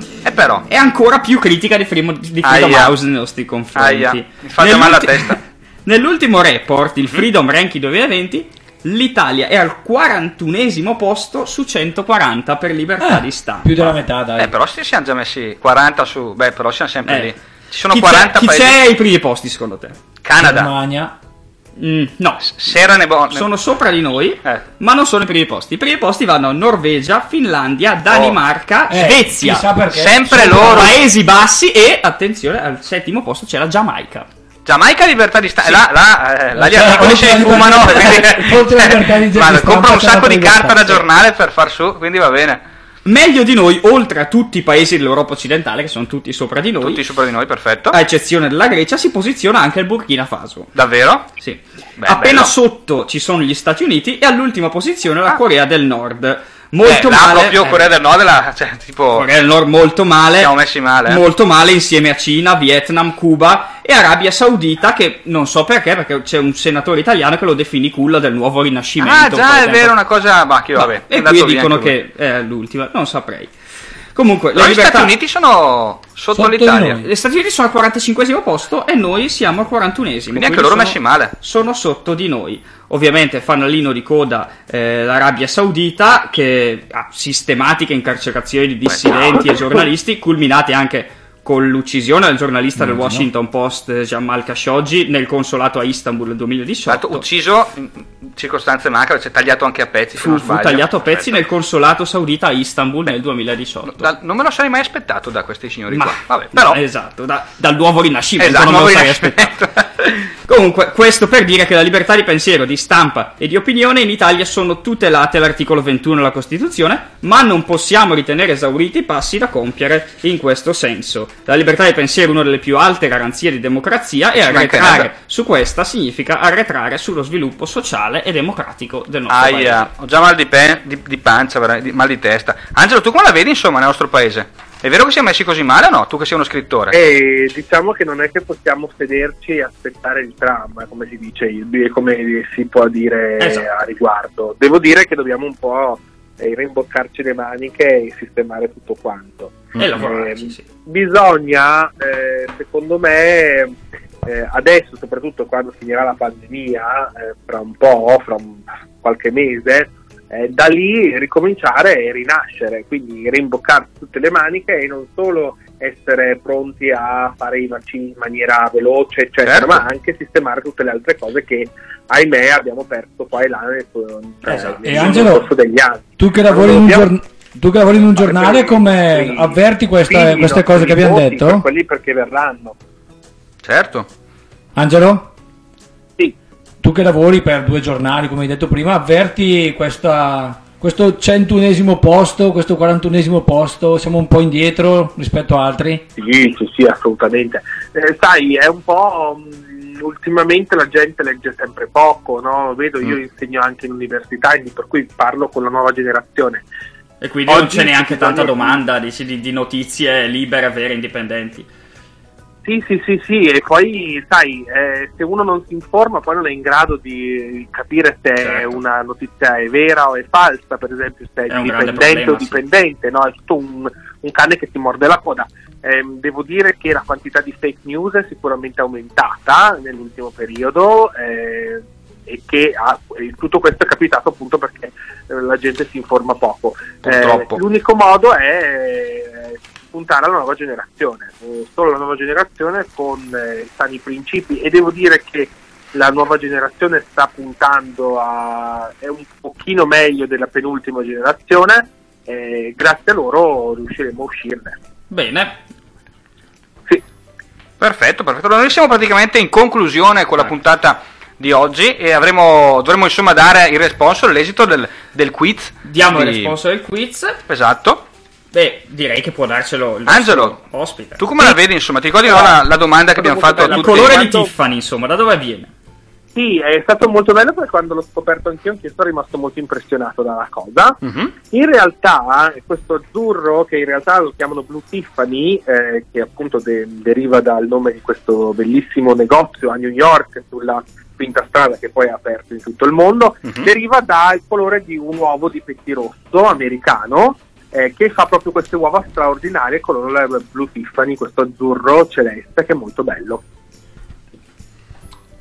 Speaker 5: è ancora più critica di, Frimo- di Freedom
Speaker 3: Eh, Aia.
Speaker 5: House nei nostri confronti.
Speaker 3: Aia, mi fate
Speaker 5: Nell'ulti-
Speaker 3: male la testa. Mhm.
Speaker 5: Nell'ultimo report, il Freedom Ranking 2020, l'Italia è al 41esimo posto su 140 per libertà di stampa.
Speaker 8: Eh, Più della metà, dai.
Speaker 3: Eh, però ci siamo già messi 40 su... Beh, però siamo sempre
Speaker 5: Eh.
Speaker 3: lì. Ci sono
Speaker 5: chi
Speaker 3: 40
Speaker 5: c'è, chi
Speaker 3: paesi...
Speaker 5: c'è ai primi posti secondo te? Mm,
Speaker 3: Canada.
Speaker 8: Germania.
Speaker 5: no.
Speaker 3: Sera Nebon.
Speaker 5: Sono sopra di noi,
Speaker 3: Eh.
Speaker 5: ma non sono i primi posti. I primi posti vanno Norvegia, Finlandia,
Speaker 3: Oh.
Speaker 5: Danimarca,
Speaker 8: Eh,
Speaker 5: Svezia.
Speaker 8: chissà perché.
Speaker 3: Sempre loro.
Speaker 5: Paesi bassi e, attenzione, al settimo posto c'è la Giamaica.
Speaker 3: Giamaica libertà di stampa. Là, là, eh, là gli
Speaker 5: Cioè,
Speaker 3: articoli se li fumano. quindi-
Speaker 5: oltre alla libertà di
Speaker 3: Guarda,
Speaker 5: stampa
Speaker 3: compra un
Speaker 5: c'è la
Speaker 3: sacco di
Speaker 5: libertà,
Speaker 3: carta da
Speaker 5: sì.
Speaker 3: giornale per far su, quindi va bene.
Speaker 5: Meglio di noi, oltre a tutti i paesi dell'Europa occidentale, che sono tutti sopra di noi.
Speaker 3: Tutti sopra di noi, perfetto.
Speaker 5: A eccezione della Grecia, si posiziona anche il Burkina Faso.
Speaker 3: Davvero?
Speaker 5: Sì.
Speaker 3: Beh,
Speaker 5: Appena
Speaker 3: bello.
Speaker 5: sotto ci sono gli Stati Uniti e all'ultima posizione la Corea del Nord. Molto
Speaker 3: Eh, là
Speaker 5: male.
Speaker 3: proprio
Speaker 5: eh,
Speaker 3: Corea del Nord, là, cioè, tipo...
Speaker 5: Corea del Nord molto male.
Speaker 3: Siamo messi male. eh.
Speaker 5: Molto male insieme a Cina, Vietnam, Cuba e Arabia Saudita che non so perché, perché c'è un senatore italiano che lo definì culla del nuovo rinascimento.
Speaker 3: Ah,
Speaker 5: un po' di
Speaker 3: già, è
Speaker 5: tempo
Speaker 3: vero, una cosa... Ma che vabbè. è
Speaker 5: e
Speaker 3: andato
Speaker 5: qui
Speaker 3: via
Speaker 5: dicono
Speaker 3: anche lui.
Speaker 5: che è l'ultima, non saprei. Comunque,
Speaker 3: Però
Speaker 5: la
Speaker 3: gli
Speaker 5: libertà...
Speaker 3: Stati Uniti sono sotto, l'Italia.
Speaker 5: Gli Stati Uniti sono al 45 posto e noi siamo al 41esimo.
Speaker 3: Quindi anche loro messi male.
Speaker 5: Sono sotto di noi. Ovviamente fanalino di coda eh, l'Arabia Saudita che ha sistematiche incarcerazioni di dissidenti e giornalisti, culminate anche con l'uccisione del giornalista del
Speaker 3: Immagino.
Speaker 5: Washington Post eh, Jamal Khashoggi nel consolato a Istanbul nel 2018.
Speaker 3: Ucciso in circostanze macabre, cioè tagliato anche a pezzi. se
Speaker 5: Fu,
Speaker 3: non
Speaker 5: fu
Speaker 3: sbaglio. Certo.
Speaker 5: tagliato a pezzi nel consolato saudita a Istanbul nel 2018.
Speaker 3: Da- non me lo sarei mai aspettato da questi signori
Speaker 5: Ma-
Speaker 3: qua. Vabbè, però...
Speaker 5: Esatto, da- dal nuovo rinascimento
Speaker 3: Esatto,
Speaker 5: non me lo
Speaker 3: nuovo
Speaker 5: sarei aspettato. Comunque, questo per dire che la libertà di pensiero, di stampa e di opinione in Italia sono tutelate all'articolo 21 della Costituzione, ma non possiamo ritenere esauriti i passi da compiere in questo senso. La libertà di pensiero è una delle più alte garanzie di democrazia e
Speaker 3: Ci mancherebbe.
Speaker 5: arretrare su questa significa arretrare sullo sviluppo sociale e democratico del nostro
Speaker 3: Aia, ho già mal di, pe- di- di pancia, vera- di- mal di testa. Angelo, tu come la vedi insomma nel nostro paese? È vero che siamo messi così male o no? Tu che sei uno scrittore?
Speaker 7: E diciamo che non è che possiamo sederci e aspettare il tram, eh, come si dice Ilbi e come si può dire
Speaker 14: Esatto.
Speaker 7: a riguardo. Devo dire che dobbiamo un po' eh, rimboccarci le maniche e sistemare tutto quanto. Ehm,
Speaker 5: E lavorarci,
Speaker 7: Bisogna, eh, secondo me, eh, adesso, soprattutto quando finirà la pandemia, eh, fra un po', fra un- qualche mese, eh, da lì ricominciare e rinascere, quindi rimboccarsi tutte le maniche e non solo essere pronti a fare i vaccini in maniera veloce, eccetera,
Speaker 14: Certo.
Speaker 7: ma anche sistemare tutte le altre cose che, ahimè, abbiamo perso qua e là nel, cioè,
Speaker 8: Esatto.
Speaker 7: nel-
Speaker 8: E Angelo,
Speaker 7: nel corso degli anni.
Speaker 8: Tu che lavori in un, giorn- tu che lavori in un giornale, come avverti questa-
Speaker 7: Quindi i
Speaker 8: queste cose
Speaker 7: nostri
Speaker 8: che abbiamo
Speaker 7: voti per
Speaker 8: detto?
Speaker 7: quelli perché verranno.
Speaker 3: Certo.
Speaker 8: Angelo?
Speaker 7: Sì.
Speaker 8: Tu che lavori per due giornali, come hai detto prima, avverti questa- questo centunesimo posto, questo quarantunesimo posto, siamo un po' indietro rispetto a altri?
Speaker 7: Sì, sì, sì, assolutamente. Eh, sai, è un po'. mh, Ultimamente la gente legge sempre poco, no? Vedo,
Speaker 14: Mm.
Speaker 7: io insegno anche in università, quindi per cui parlo con la nuova generazione.
Speaker 5: E quindi non
Speaker 7: Oggi
Speaker 5: c'è neanche
Speaker 7: ci
Speaker 5: tanta
Speaker 7: sono-
Speaker 5: domanda di, di- di notizie libere, vere, indipendenti.
Speaker 7: Sì, sì, sì, sì, e poi sai, eh, se uno non si informa poi non è in grado di capire se una notizia è vera o è falsa, per esempio se è,
Speaker 14: Certo. È un grande
Speaker 7: dipendente o
Speaker 14: problema, sì.
Speaker 7: dipendente, no? È tutto un, un cane che si morde la coda. Ehm, devo dire che la quantità di fake news è sicuramente aumentata nell'ultimo periodo eh, e che ha- e tutto questo è capitato appunto perché eh, la gente si informa poco.
Speaker 3: Purtroppo.
Speaker 7: Eh, l'unico modo è eh, puntare alla nuova generazione, eh, solo la nuova generazione con eh, sani principi e devo dire che la nuova generazione sta puntando a è un pochino meglio della penultima generazione e grazie a loro riusciremo a uscirne.
Speaker 5: Bene.
Speaker 3: Perfetto, perfetto. Allora, Noi siamo praticamente in conclusione con la puntata di oggi e avremo, dovremo insomma dare il responso, l'esito del, del quiz.
Speaker 5: Diamo il
Speaker 3: Di-
Speaker 5: responso del quiz.
Speaker 3: Esatto.
Speaker 5: Beh, direi che può darcelo il nostro
Speaker 3: Angelo,
Speaker 5: ospite.
Speaker 3: tu come la vedi insomma? Ti ricordi no, la, la domanda che abbiamo fatto a
Speaker 5: Il
Speaker 3: tutti?
Speaker 5: colore di Tiffany, insomma, da dove viene?
Speaker 7: Sì, è stato molto bello perché quando l'ho scoperto anch'io, anch'io sono rimasto molto impressionato dalla cosa. In realtà, eh, questo azzurro, che in realtà lo chiamano Blue Tiffany, eh, che appunto de- deriva dal nome di questo bellissimo negozio a New York sulla quinta strada che poi è aperto in tutto il mondo,
Speaker 14: Mhm.
Speaker 7: deriva dal colore di un uovo di pettirosso americano eh, che fa proprio queste uova straordinarie, colore Blue Tiffany, questo azzurro celeste che è molto bello.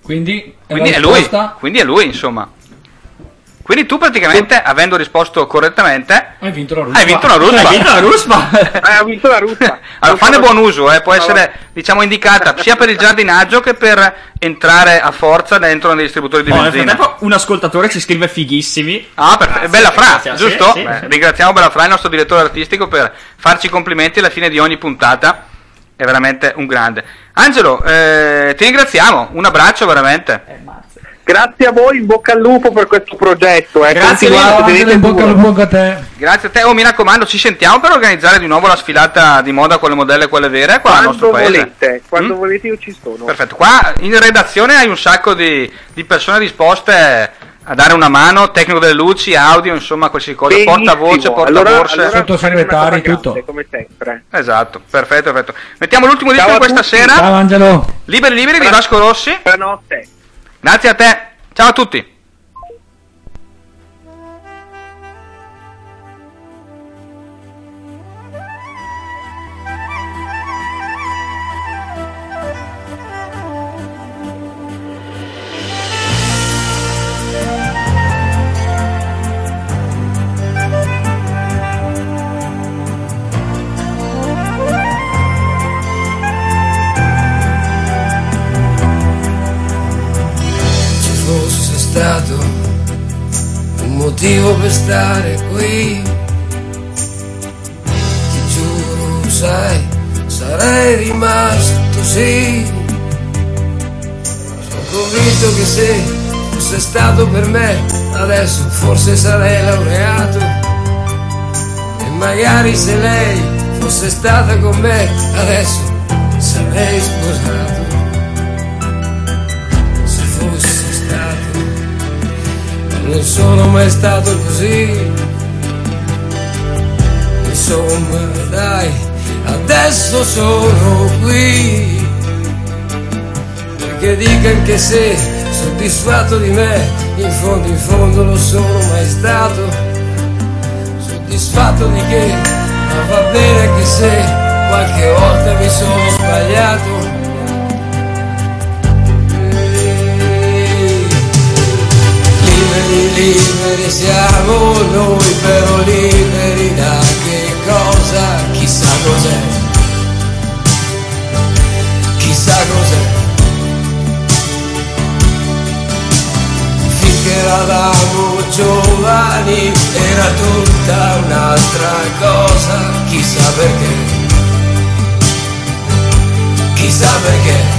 Speaker 8: Quindi,
Speaker 3: Quindi
Speaker 8: la
Speaker 3: è lui,
Speaker 8: risposta?
Speaker 3: quindi è lui insomma. Quindi tu praticamente, avendo risposto correttamente,
Speaker 8: Hai vinto la ruspa.
Speaker 3: hai vinto la ruspa.
Speaker 7: ha vinto la ruspa.
Speaker 3: Allora, fanne buon uso, eh, può essere diciamo indicata sia per il giardinaggio che per entrare a forza dentro nei distributori di
Speaker 5: Oh, nel
Speaker 3: benzina.
Speaker 5: frattempo un ascoltatore ci scrive fighissimi.
Speaker 3: Ah, perfetto.
Speaker 5: Grazie,
Speaker 3: Bella Fra,
Speaker 5: grazie.
Speaker 3: giusto?
Speaker 5: Sì, sì,
Speaker 3: Beh,
Speaker 5: sì.
Speaker 3: Ringraziamo Bella Fra, il nostro direttore artistico, per farci i complimenti alla fine di ogni puntata. È veramente un grande. Angelo, eh, ti ringraziamo, un abbraccio veramente.
Speaker 7: Grazie a voi, in bocca al lupo per questo progetto. Eh.
Speaker 3: Grazie mille,
Speaker 7: Continuate,
Speaker 3: Angelo,
Speaker 7: tenete
Speaker 3: in
Speaker 7: duro.
Speaker 8: Bocca al lupo anche a te.
Speaker 3: Grazie a te, oh mi raccomando, ci sentiamo per organizzare di nuovo la sfilata di moda con le modelle e quelle vere qua al
Speaker 7: Quando
Speaker 3: nostro paese. Mm?
Speaker 7: volete, quando volete io ci sono.
Speaker 3: Perfetto, qua in redazione hai un sacco di, di persone disposte a dare una mano, tecnico delle luci, audio, insomma qualsiasi cosa,
Speaker 7: Benissimo.
Speaker 3: portavoce,
Speaker 7: Allora-
Speaker 3: portaborse.
Speaker 7: allora
Speaker 8: Sottosegretari, tutto.
Speaker 7: Come sempre.
Speaker 3: Esatto, perfetto, perfetto. Mettiamo l'ultimo disco di questa sera.
Speaker 8: Ciao Angelo.
Speaker 3: Liberi liberi di Vasco Rossi.
Speaker 7: Buonanotte.
Speaker 3: Grazie a te. Ciao a tutti.
Speaker 15: ci fosse stato un motivo per stare qui. Ti giuro, sai, sarei rimasto sì. Sono detto che se tu sei stato per me, adesso forse sarei laureato. E magari se lei fosse stata con me, adesso sarei sposato. Se fosse stato, ma non sono mai stato così. Insomma, dai, adesso sono qui che dica anche se soddisfatto di me, in fondo in fondo lo sono mai stato, soddisfatto di che, ma va bene anche se qualche volta mi sono sbagliato. Ehi, Liberi, liberi siamo noi, però liberi da che cosa, chissà cos'è, chissà cos'è. eravamo giovani era tutta un'altra cosa, chissà perché, chissà perché.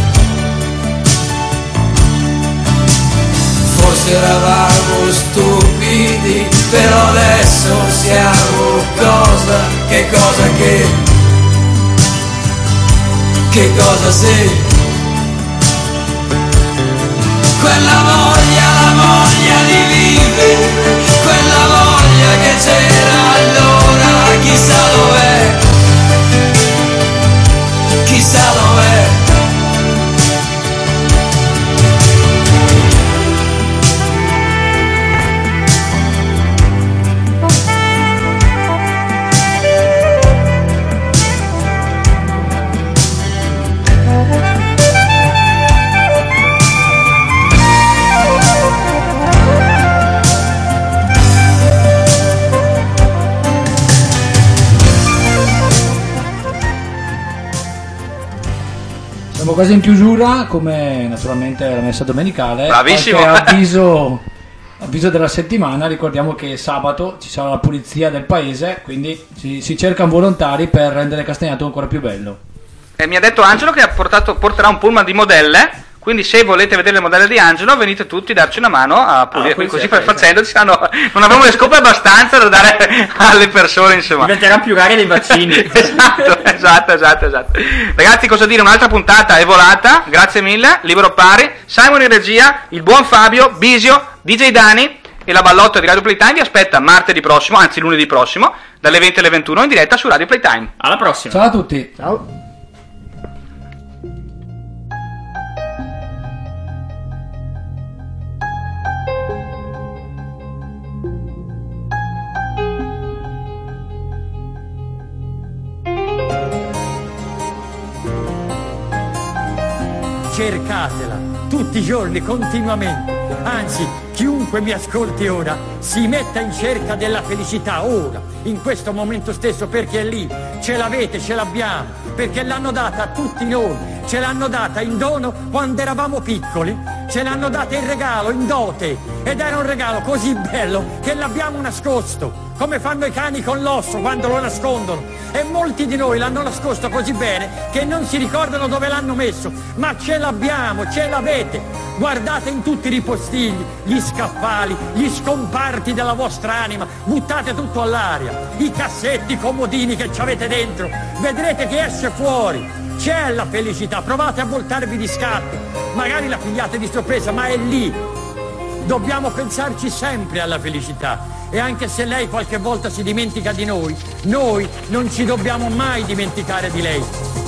Speaker 15: Forse eravamo stupidi, però adesso siamo cosa, che cosa che, che cosa sei. Quella voglia, la voglia di vivere, quella voglia che c'era allora, chissà dov'è, chissà
Speaker 2: eh?
Speaker 15: dov'è.
Speaker 8: Siamo quasi in chiusura, come naturalmente la messa domenicale.
Speaker 3: Bravissimo.
Speaker 8: Qualche Avviso, avviso della settimana, ricordiamo che sabato ci sarà la pulizia del paese, quindi si, si cercano volontari per rendere Castagnato ancora più bello.
Speaker 3: E mi ha detto Angelo che ha portato- porterà un pullman di modelle. Quindi, se volete vedere le modelle di Angelo, venite tutti a darci una mano a pulire.
Speaker 5: pulizia,
Speaker 3: così per
Speaker 5: certo.
Speaker 3: facendo ci saranno- non avremo le scope abbastanza da dare alle persone, insomma.
Speaker 5: Diventerà più rare dei vaccini.
Speaker 3: esatto, esatto, esatto, esatto. Ragazzi, cosa dire? Un'altra puntata è volata. Grazie mille, libero pari. Simon in regia, il buon Fabio, Bisio, DJ Dani e la ballotta di Radio Playtime vi aspetta martedì prossimo, anzi lunedì prossimo, dalle 20 alle 21 in diretta su Radio Playtime.
Speaker 5: Alla prossima.
Speaker 8: Ciao a tutti. Ciao.
Speaker 16: Cercatela tutti i giorni continuamente. Anzi, chiunque mi ascolti ora si metta in cerca della felicità ora, in questo momento stesso, perché è lì, ce l'avete, ce l'abbiamo, perché l'hanno data a tutti noi, ce l'hanno data in dono quando eravamo piccoli, ce l'hanno data in regalo, in dote, ed era un regalo così bello che l'abbiamo nascosto come fanno i cani con l'osso quando lo nascondono. E molti di noi l'hanno nascosto così bene che non si ricordano dove l'hanno messo, ma ce l'abbiamo, ce l'avete. Guardate in tutti i ripostigli, gli scaffali, gli scomparti della vostra anima, buttate tutto all'aria, i cassetti, i comodini che ci avete dentro, vedrete che esce fuori. C'è la felicità, provate a voltarvi di scatto, magari la pigliate di sorpresa, ma è lì, Dobbiamo pensarci sempre alla felicità e anche se lei qualche volta si dimentica di noi, noi non ci dobbiamo mai dimenticare di lei.